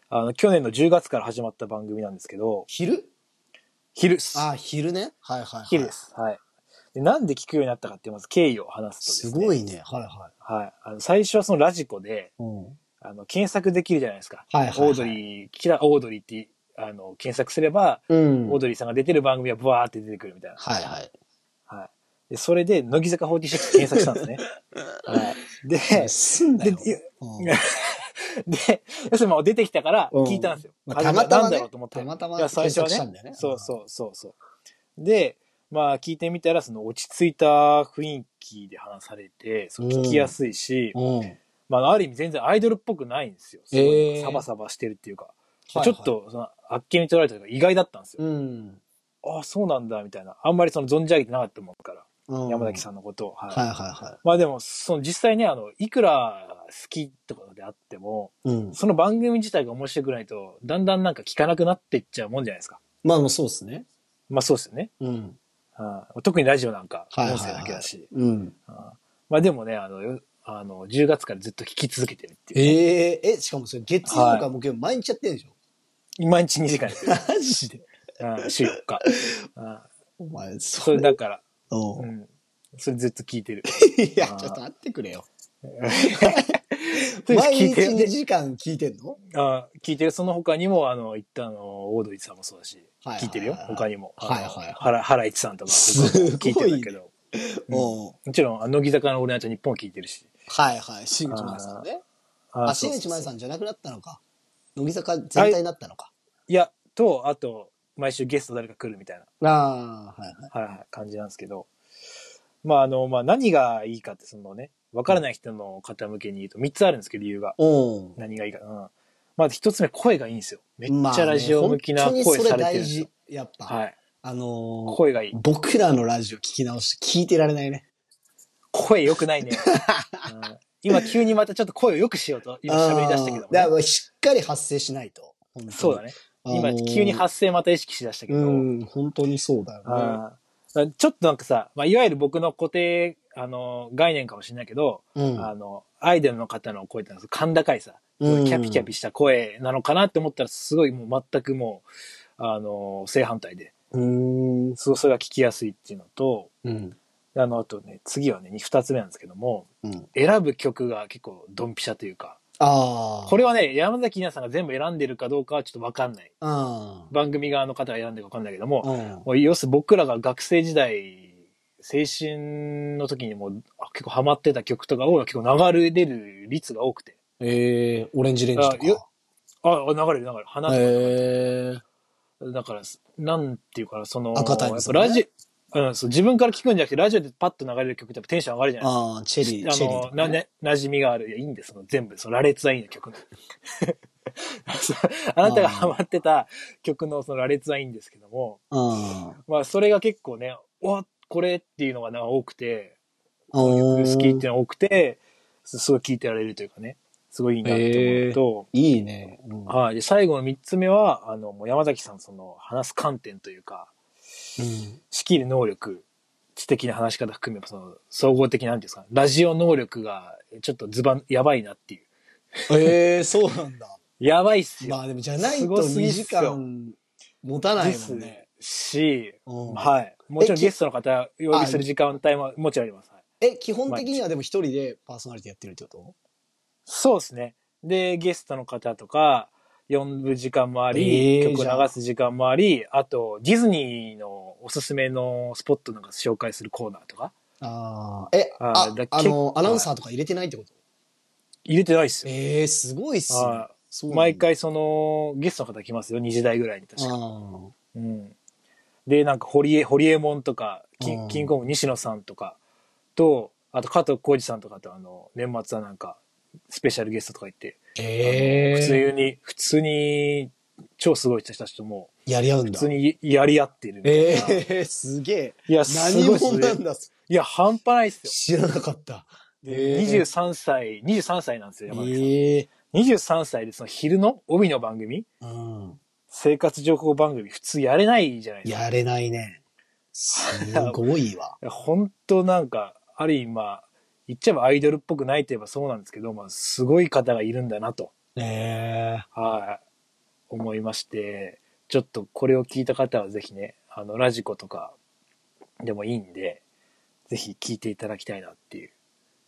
Speaker 3: あの、去年の10月から始まった番組なんですけど、
Speaker 2: 昼
Speaker 3: 昼っす。
Speaker 2: あ、昼ね。はいはい、はい。
Speaker 3: 昼で。す。はい。でなんで聞くようになったかって、まず経緯を話すと
Speaker 2: す
Speaker 3: ですね。
Speaker 2: ごいね。はいはい。
Speaker 3: はい。あの最初はそのラジコで、
Speaker 2: うん。はい
Speaker 3: あの、検索できるじゃないですか。
Speaker 2: はい、はい。
Speaker 3: オードリー、キラオードリーって、あの、検索すれば、
Speaker 2: ー。うん。
Speaker 3: オードリーさんが出てる番組がブワーって出てくるみたいな。
Speaker 2: はいはい。
Speaker 3: はい。で、それで、乃木坂46検索したんですね。
Speaker 2: [LAUGHS]
Speaker 3: はい。で、
Speaker 2: すんな
Speaker 3: で
Speaker 2: よ。
Speaker 3: いや
Speaker 2: うん
Speaker 3: で、 [LAUGHS] 要するにもう出てきたから聞いたんですよ。
Speaker 2: うん
Speaker 3: あ
Speaker 2: まあたまたまね
Speaker 3: なんだろうと思って。
Speaker 2: たまたま
Speaker 3: いや最初は
Speaker 2: 検索したんだよ
Speaker 3: ね
Speaker 2: ね
Speaker 3: そうそうそうそう。で、まあ聞いてみたら、その落ち着いた雰囲気で話されて、そう聞きやすいし、
Speaker 2: うん。
Speaker 3: まあある意味全然アイドルっぽくないんですよ。すごい
Speaker 2: えー
Speaker 3: サバサバしてるっていうか。
Speaker 2: はい
Speaker 3: ちょっ。と、その、あっけに取られたというか意外だったんですよ。
Speaker 2: うん。
Speaker 3: ああ、そうなんだ、みたいな。あんまりその存じ上げてなかったもんから、
Speaker 2: うん
Speaker 3: 山崎さんのことを。はい
Speaker 2: はいはいは
Speaker 3: まあでも、その実際ね、あの、いくら好きってことであっても、
Speaker 2: い。うん。
Speaker 3: その番組自体が面白くないと、だんだんなんか聞かなくなっていっちゃうもんじゃないですか。
Speaker 2: まあもうそうですね。
Speaker 3: まあそうですよね。
Speaker 2: うん。
Speaker 3: はい特にラジオなんか、
Speaker 2: はいはい
Speaker 3: 音
Speaker 2: はい
Speaker 3: 声だけだし。
Speaker 2: うん。
Speaker 3: はいまあでもね、あの、よあの、10月からずっと聞き続けてるっていう。
Speaker 2: えええ、しかもそれ月曜か木曜毎日やってんでしょ、
Speaker 3: 毎日2時間やってる。
Speaker 2: マジで
Speaker 3: うん週4日。うん
Speaker 2: お前、
Speaker 3: そ
Speaker 2: [LAUGHS] そ
Speaker 3: れ
Speaker 2: れだ。
Speaker 3: だから、
Speaker 2: う。
Speaker 3: うんん。それずっと聞いてる。
Speaker 2: [LAUGHS] いや、ちょっと待ってくれよ。
Speaker 3: とりあえ
Speaker 2: 毎
Speaker 3: ず聞い
Speaker 2: 日
Speaker 3: てる
Speaker 2: 2時間聞いてんの
Speaker 3: あ聞いてる。その他にも、あの、言ったあの、オードリーさんもそうだし、
Speaker 2: はいはいはい
Speaker 3: 聞いてるよ。他にも。
Speaker 2: はいはいはい
Speaker 3: 原原市さんとか、
Speaker 2: すごいね
Speaker 3: 聞いてるんだけど。うん
Speaker 2: おう
Speaker 3: もちろん、あの乃木坂の俺たち日本聞いてるし。
Speaker 2: はいはい。新内前さんね。
Speaker 3: あ
Speaker 2: あ、新内前さ
Speaker 3: ん。
Speaker 2: んじゃなくなったのか。乃木坂全体になったのか。
Speaker 3: いや、と、あと、毎週ゲスト誰か来るみたいな、
Speaker 2: ああ、はいはい。
Speaker 3: はいはい、感じなんですけど。まあ、あの、まあ、何がいいかって、そのね、わからない人の方向けに言うと、3つあるんですけど、理由が。
Speaker 2: おう
Speaker 3: 何がいいか。うん。まず、一つ目、声がいいんですよ。めっちゃラジオ向きな
Speaker 2: まあね
Speaker 3: 声
Speaker 2: 本当に
Speaker 3: さ
Speaker 2: そ
Speaker 3: れ
Speaker 2: れ
Speaker 3: てるんで
Speaker 2: 大
Speaker 3: すよ
Speaker 2: 事。。やっぱ、
Speaker 3: はい。
Speaker 2: あのー
Speaker 3: 声がいい。
Speaker 2: 僕らのラジオ聞き直して聞いてられないね。
Speaker 3: 声良くない
Speaker 2: [LAUGHS]
Speaker 3: ね、うん今急にまたちょっと声を良くしようと今喋り出したけど
Speaker 2: あーだか
Speaker 3: もね、
Speaker 2: らしっかり発声しないと。本当に
Speaker 3: そうだ。ね今急に発声また意識しだしたけ
Speaker 2: 声
Speaker 3: ど、
Speaker 2: うん、本当にそうだよ
Speaker 3: あーちょっとなんかさ、まあ、いわゆる僕の固定あの概念かもしれないけど、
Speaker 2: ね。うん。
Speaker 3: あのアイドルの方の声ってのは甲高いさキ
Speaker 2: うん
Speaker 3: ャピキャピした声なのかなって思ったらすごいもう全くもうあの正反対で
Speaker 2: うーん。
Speaker 3: すごいそれが聞きやすいっていうのと
Speaker 2: うん。
Speaker 3: あのあとね次はね2つ目なんですけども
Speaker 2: うん。
Speaker 3: 選ぶ曲が結構ドンピシャというか
Speaker 2: ああ。
Speaker 3: これはね、山崎稲さんが全部選んでるかどうかはちょっとわかんない。
Speaker 2: ああ。
Speaker 3: 番組側の方が選んでるかわかんないけども、
Speaker 2: うん。
Speaker 3: もう要するに僕らが学生時代、青春の時にもうあ結構ハマってた曲とかを結構流れ出る率が多くて。
Speaker 2: ええオレンジレンジと
Speaker 3: あよ
Speaker 2: か。
Speaker 3: あ、あ流れる流れる。花とか流れる。
Speaker 2: ええ
Speaker 3: だから、なんていうかな、その、
Speaker 2: 赤タイム
Speaker 3: やっ
Speaker 2: ズ
Speaker 3: ぱ
Speaker 2: ね
Speaker 3: ラジオ、うん、そう、自分から聞くんじゃなくて、ラジオでパッと流れる曲ってやっぱテンション上がるじゃない
Speaker 2: ああ、チェリ
Speaker 3: で
Speaker 2: ー、
Speaker 3: す
Speaker 2: チ
Speaker 3: か。
Speaker 2: ェ
Speaker 3: あの、
Speaker 2: リーとか
Speaker 3: な、
Speaker 2: ね。
Speaker 3: ね、馴染みがある。いや、いいんです、その全部。その羅列はいいの [LAUGHS] 曲の。そうあなたがハマってた曲のその羅列はいいんですけども、
Speaker 2: ああ。
Speaker 3: まあそれが結構ね、おこれっていうのがなんか多くて、
Speaker 2: 好
Speaker 3: 好きっていうのが多くて、すすごい聴いてられるというかね、すごいいいなって思うのと、
Speaker 2: いいね。うん
Speaker 3: はい。で、最後の3つ目は、あの、もう山崎さんその話す観点というか、
Speaker 2: うん
Speaker 3: 仕切る能力、知的な話し方含め、その、総合的なんていうんですか、ラジオ能力が、ちょっとズバン、やばいなっていう。
Speaker 2: ええそうなんだ。
Speaker 3: やばいっすよ。
Speaker 2: まあでもじゃないと
Speaker 3: すごすぎ
Speaker 2: 2
Speaker 3: っすよ
Speaker 2: 時間持たない
Speaker 3: で
Speaker 2: も
Speaker 3: す
Speaker 2: んね。
Speaker 3: し、
Speaker 2: うん
Speaker 3: はい。もちろん
Speaker 2: え
Speaker 3: ゲストの方、お呼びする時間帯ももちろんあります。はい
Speaker 2: え、基本的にはでも一人でパーソナリティやってるってこと
Speaker 3: そうですね。で、ゲストの方とか、呼ぶ時間もあ
Speaker 2: え
Speaker 3: り、
Speaker 2: ー
Speaker 3: 曲を
Speaker 2: じゃあ
Speaker 3: 流す時間もあり、あと、ディズニーのおすすめのスポットなんか紹介するコーナーとか、
Speaker 2: ああ。え、
Speaker 3: あ
Speaker 2: あ
Speaker 3: ーだ
Speaker 2: あの、アナウンサーとか入れてないってこと
Speaker 3: 入れてないっすよ。
Speaker 2: ええすごいっすね
Speaker 3: は。
Speaker 2: そうなんだ
Speaker 3: 毎。回その、ゲストの方来ますよ、2時台ぐらいに確
Speaker 2: あ
Speaker 3: か。
Speaker 2: ー
Speaker 3: うん。で、なんか、堀江、堀江門とか、キ
Speaker 2: うん
Speaker 3: ンキングコング西野さんとかと、あと加藤浩二さんとかと、あの、年末はなんか、スペシャルゲストとか行って、
Speaker 2: え
Speaker 3: 普
Speaker 2: え
Speaker 3: 通に、普通に、超すごい人たちとも
Speaker 2: やり合う
Speaker 3: う、
Speaker 2: ん
Speaker 3: 普
Speaker 2: だ。
Speaker 3: 通にやり合ってるみたい
Speaker 2: え
Speaker 3: な。
Speaker 2: えすげえ。
Speaker 3: いや、 [LAUGHS] す
Speaker 2: 何
Speaker 3: ごいっす
Speaker 2: 者な
Speaker 3: ね
Speaker 2: ん。だ、
Speaker 3: いや、半端ないっすよ。
Speaker 2: 知らなかった。
Speaker 3: で
Speaker 2: えー
Speaker 3: 23歳、23歳なんですよ、山崎さん。
Speaker 2: ええ
Speaker 3: 23歳でその昼の帯の番組、
Speaker 2: うん。
Speaker 3: 生活情報番組、普通やれないじゃないですか。
Speaker 2: やれないね。すご
Speaker 3: [LAUGHS]
Speaker 2: いわ。
Speaker 3: 本当なんか、ある意味、まあ、言っちゃえばアイドルっぽくないといえばそうなんですけど、まあ、すごい方がいるんだなと、
Speaker 2: ええ
Speaker 3: はい、思いまして、ちょっとこれを聞いた方はぜひね、あの、ラジコとかでもいいんで、ぜひ聞いていただきたいなっていう。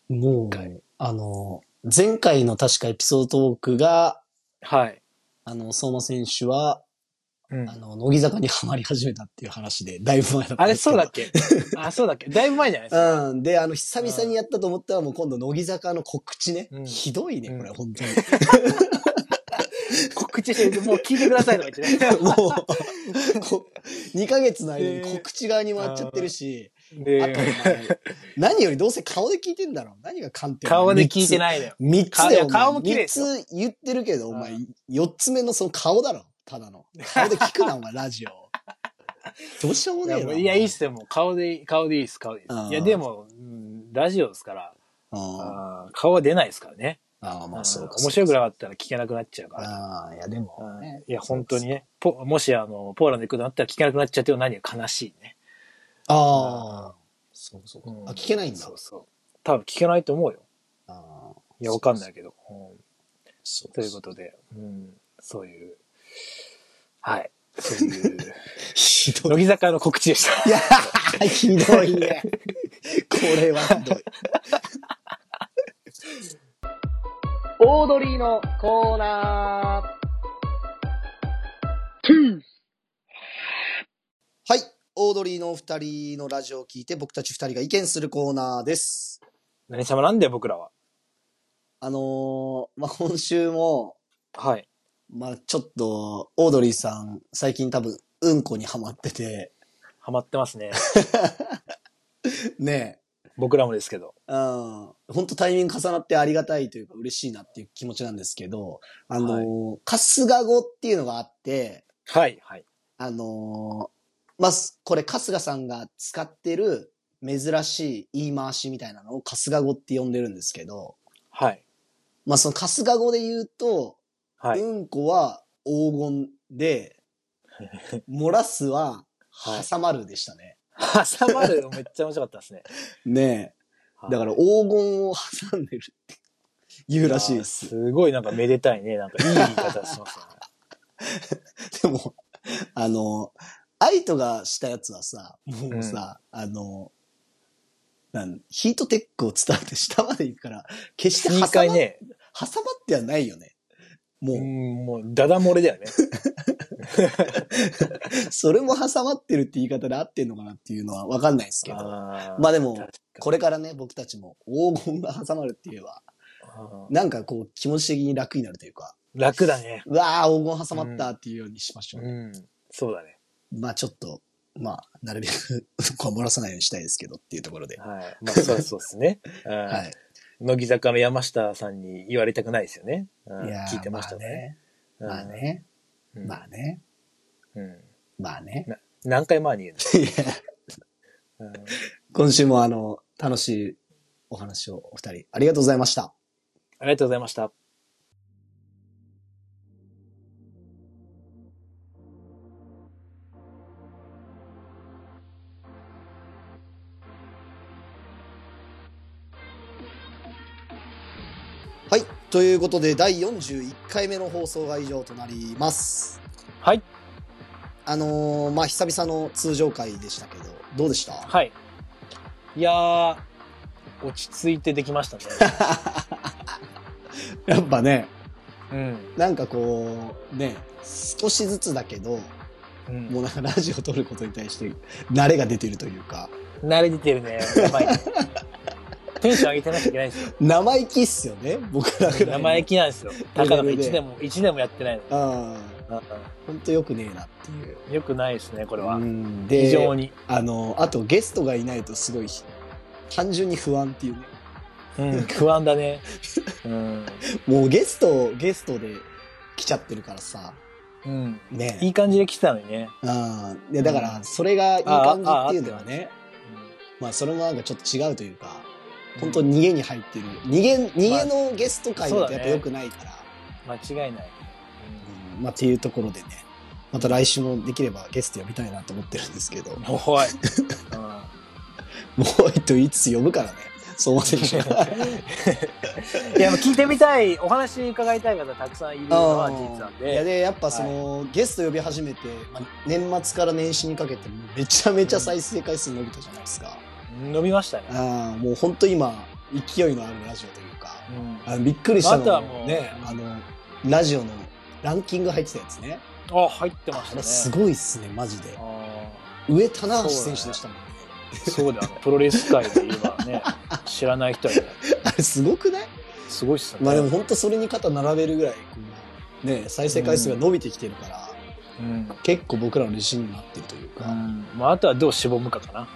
Speaker 2: もう、
Speaker 3: はい
Speaker 2: あの、前回の確かエピソードトークが、
Speaker 3: はい。
Speaker 2: あの、相馬選手は、
Speaker 3: うん
Speaker 2: あ。の、乃木坂にはまり始めたっていう話で、だいぶ前だった
Speaker 3: あ
Speaker 2: んで
Speaker 3: れ、
Speaker 2: すけ
Speaker 3: そう
Speaker 2: ど
Speaker 3: だっ
Speaker 2: [LAUGHS]
Speaker 3: けあ、そうだっけだいぶ前じゃないですか。
Speaker 2: うん。で、あの、久々にやったと思ったら、もう今度、乃木坂の告知ね。
Speaker 3: うん
Speaker 2: ひどいね、これ、
Speaker 3: うん
Speaker 2: 本当に。 [LAUGHS]
Speaker 3: 告知して、もう聞いてくださいとか言って
Speaker 2: [LAUGHS]
Speaker 3: ね。
Speaker 2: もう、こ2ヶ月の間に告知側に回っちゃってるし、あと、お
Speaker 3: で、
Speaker 2: 前何よりどうせ顔で聞いてんだろ。何が観
Speaker 3: [LAUGHS]
Speaker 2: 点
Speaker 3: 顔で聞いてないのよ。
Speaker 2: 三つだ
Speaker 3: い
Speaker 2: よ。
Speaker 3: や
Speaker 2: お前
Speaker 3: 顔も綺麗ですよ
Speaker 2: 三つ言ってるけど、お前
Speaker 3: う、
Speaker 2: 四つ目のその顔だろ。ただの。顔で聞く
Speaker 3: [LAUGHS]
Speaker 2: な、お前、ラジオ。どうしようも
Speaker 3: い
Speaker 2: ね
Speaker 3: や
Speaker 2: え
Speaker 3: も
Speaker 2: な。
Speaker 3: ういや、いいっすよ、もう顔でいい、顔でいいっす、顔でいいっ
Speaker 2: うん
Speaker 3: す。いや、でも、うんラジオですから、
Speaker 2: うんあ
Speaker 3: あー顔は出ないですからね。
Speaker 2: あ、まあ、そうか。
Speaker 3: 面白く
Speaker 2: い。
Speaker 3: なかったら聞けなくなっちゃうから。
Speaker 2: ああ、いや、でも
Speaker 3: うん
Speaker 2: ね。
Speaker 3: いや、本当にね、ポもし、あの、ポーランド行くとなったら聞けなくなっちゃっても何が悲しいね。
Speaker 2: ああ。そうそうう。あ、聞けないんだ
Speaker 3: そ。うそう。多分聞けないと思うよ。
Speaker 2: ああ。
Speaker 3: いや、わかんないけど。うん
Speaker 2: そ
Speaker 3: ということで、うん、そういう、はい、そう [LAUGHS] いう、
Speaker 2: ひどい。
Speaker 3: 乃木坂の告知でした。
Speaker 2: いや、ひどいね。 [LAUGHS] これはひどい。
Speaker 1: オードリーのコーナー。
Speaker 2: はい。オードリーのお二人のラジオを聞いて、僕たち二人が意見するコーナーです。
Speaker 3: 何様なんだよ、僕らは。
Speaker 2: あのーまあ、今週も、
Speaker 3: はい。
Speaker 2: まあ、ちょっと、オードリーさん、最近多分、うんこにハマってて、
Speaker 3: ハマってますね。
Speaker 2: ね
Speaker 3: 僕らもですけど。
Speaker 2: え、うん、本当タイミング重なってありがたいというか、嬉しいなっていう気持ちなんですけど、あのー春日語っていうのがあって、
Speaker 3: はい、はい。
Speaker 2: あのーまあ、すこれ春日さんが使ってる珍しい言い回しみたいなのを春日語って呼んでるんですけど、
Speaker 3: はい。
Speaker 2: まあ、その春日語で言うと、
Speaker 3: はい。
Speaker 2: うんこは黄金で、
Speaker 3: [LAUGHS]
Speaker 2: 漏らすは
Speaker 3: はい
Speaker 2: 挟まるでしたね。
Speaker 3: 挟まるのめっちゃ面白かったですね。
Speaker 2: ねえ。だから黄金を挟んでるって言うらしいです。
Speaker 3: すごいなんかめでたいね。なんかいい言い方 [LAUGHS] しますよね。
Speaker 2: でも、 [LAUGHS] あの、アイトがしたやつはさ、もうさ、あの、なんヒートテックを伝って下まで行くから、決して挟ま
Speaker 3: 2回ね、
Speaker 2: 挟まってはないよね。も
Speaker 3: う
Speaker 2: う、
Speaker 3: ん、もうダダ漏れだよね。
Speaker 2: それも挟まってるって言い方で合ってんのかなっていうのはわかんないですけど。
Speaker 3: あー
Speaker 2: まあでも
Speaker 3: 確かに
Speaker 2: これからね、僕たちも黄金が挟まるって言えば、
Speaker 3: うん
Speaker 2: なんかこう気持ち的に楽になるというか、
Speaker 3: 楽だね。
Speaker 2: うわー黄金挟まったっていうようにしましょう。
Speaker 3: うん。そうだね。
Speaker 2: まあちょっと、まあ、なるべく、 [LAUGHS] うんこは漏らさないようにしたいですけどっていうところで。
Speaker 3: はい。まあ、そうそうですね。うん
Speaker 2: はい。
Speaker 3: 乃木坂の山下さんに言われたくないですよね。うん
Speaker 2: いやー
Speaker 3: 聞いてましたね。。
Speaker 2: まあね。
Speaker 3: うん。
Speaker 2: まあね。
Speaker 3: うん。
Speaker 2: まあね。
Speaker 3: 何回前に言う
Speaker 2: いや
Speaker 3: の、うん
Speaker 2: 今週もあの、楽しいお話をお二人、ありがとうございました。
Speaker 3: ありがとうございました。
Speaker 2: はい。ということで、第41回目の放送が以上となります。
Speaker 3: はい。
Speaker 2: あのーまあ、久々の通常回でしたけど、どうでした
Speaker 3: はい。いやー、落ち着いてできました
Speaker 2: [LAUGHS]
Speaker 3: ね。
Speaker 2: [LAUGHS] やっぱね、
Speaker 3: うん。
Speaker 2: なんかこう、ね、少しずつだけど、
Speaker 3: うん、
Speaker 2: もうなんかラジオ撮ることに対して慣れが出てるというか、
Speaker 3: 慣れててるね。やばい。テンション上げてなきゃいけないんですよ。
Speaker 2: 生意気っすよね、僕らぐらいの。
Speaker 3: 生意気なんですよ。たかだか
Speaker 2: レベルで
Speaker 3: 1年も、一年もやってないの
Speaker 2: うん。
Speaker 3: う
Speaker 2: ほんとよくねえなっていう。
Speaker 3: ん。よくないですね、これは。
Speaker 2: うんで、
Speaker 3: 非常に。
Speaker 2: あの、あとゲストがいないとすごい、単純に不安っていうね。
Speaker 3: うん、不安だね。うん。
Speaker 2: もうゲスト、ゲストで来ちゃってるからさ、
Speaker 3: うん。
Speaker 2: ね
Speaker 3: いい感じで来てたのにね。
Speaker 2: うん。いや、だから、それがいい感じっていうのはね、まあ、それもなんかちょっと違うというか、
Speaker 3: うん
Speaker 2: 本当に逃げに入ってる。逃げ、逃げのゲスト会だ
Speaker 3: まあ
Speaker 2: と
Speaker 3: そうだ
Speaker 2: やっ
Speaker 3: ね
Speaker 2: ぱ良くないから、
Speaker 3: 間違いない。
Speaker 2: うんまあ、っていうところでね、また来週もできればゲスト呼びたいなと思ってるんですけど、も
Speaker 3: うん、おい。うん
Speaker 2: う一と言いつつ呼ぶからね、そう思ってる
Speaker 3: いや、もう聞いてみたい、お話伺いたい方たくさんいるのは事実なん
Speaker 2: い
Speaker 3: で。
Speaker 2: やでやっぱその、ゲスト呼び始めて、まあ、年末から年始にかけてめちゃめちゃ再生回数伸びたじゃないですか、
Speaker 3: 飲みましたね。
Speaker 2: ああもう本当今勢いのあるラジオというか
Speaker 3: うん
Speaker 2: あのびっくりしたの
Speaker 3: あと
Speaker 2: が
Speaker 3: はもう
Speaker 2: ねあのラジオのランキング入ってたやつね
Speaker 3: あ、入ってまし
Speaker 2: あ
Speaker 3: た
Speaker 2: れ
Speaker 3: ね。
Speaker 2: すごいっすねマジで
Speaker 3: あ
Speaker 2: 上棚橋選手でしたもん
Speaker 3: [LAUGHS]
Speaker 2: ね
Speaker 3: ーそうだよ、プロレス界で言えばね、知らない人はいない。
Speaker 2: あれすごくない
Speaker 3: すごいっすよね。
Speaker 2: まあでも本当それに肩並べるぐらいこうね再生回数が伸びてきてるから、
Speaker 3: うん。
Speaker 2: 結構僕らの自信になってるという
Speaker 3: う
Speaker 2: か、
Speaker 3: んまあ、あとはどうしぼむかかな。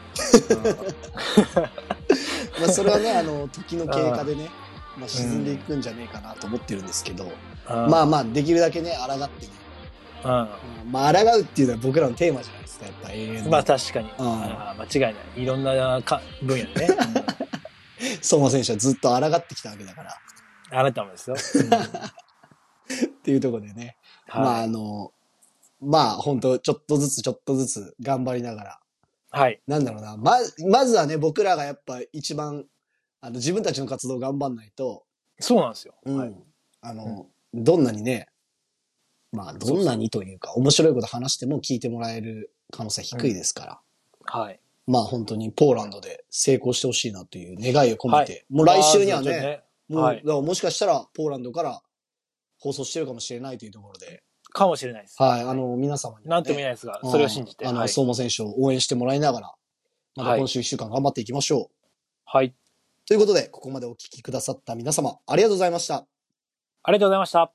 Speaker 2: まあそれはね、あの、時の経過でね、 [LAUGHS] まあ沈んでいくんじゃねえかなと思ってるんですけど、 [LAUGHS] まあまあ、できるだけね、抗ってね。
Speaker 3: あ、
Speaker 2: うんまあ、抗うっていうのは僕らのテーマじゃないですか、やっぱ永遠
Speaker 3: う
Speaker 2: の。
Speaker 3: ん、まあ確かに。
Speaker 2: うん
Speaker 3: あー間違いない。いろんなか分野でね。うん
Speaker 2: 相馬選手はずっと抗ってきたわけだから。
Speaker 3: あなたもですよ。
Speaker 2: [LAUGHS] っていうところでね、まあ
Speaker 3: は
Speaker 2: あの、まあ本当ちょっとずつちょっとずつ頑張りながら、
Speaker 3: い。はい。
Speaker 2: なんだろうな、ま、まずはね、僕らがやっぱ一番、あの、自分たちの活動を頑張んないと、
Speaker 3: そうなんですよ。
Speaker 2: うん
Speaker 3: はい
Speaker 2: あの、どんなにね、まあ、どんなにというか、面白いこと話しても聞いてもらえる可能性は低いですから、
Speaker 3: はい。
Speaker 2: まあ本当にポーランドで成功してほしいなという願いを込めて、
Speaker 3: は
Speaker 2: もう来週には
Speaker 3: まあちょっと
Speaker 2: ね、もう、
Speaker 3: はい
Speaker 2: だからもしかしたらポーランドから放送してるかもしれないというところで、
Speaker 3: かもしれないです。
Speaker 2: はい、あの、皆様に、
Speaker 3: なんとも言えないですが、それを信じて。
Speaker 2: あの、
Speaker 3: はい。
Speaker 2: 相馬選手を応援してもらいながら、また今週一週間頑張っていきましょう。
Speaker 3: はい。
Speaker 2: ということで、ここまでお聞きくださった皆様、ありがとうございました。
Speaker 3: ありがとうございました。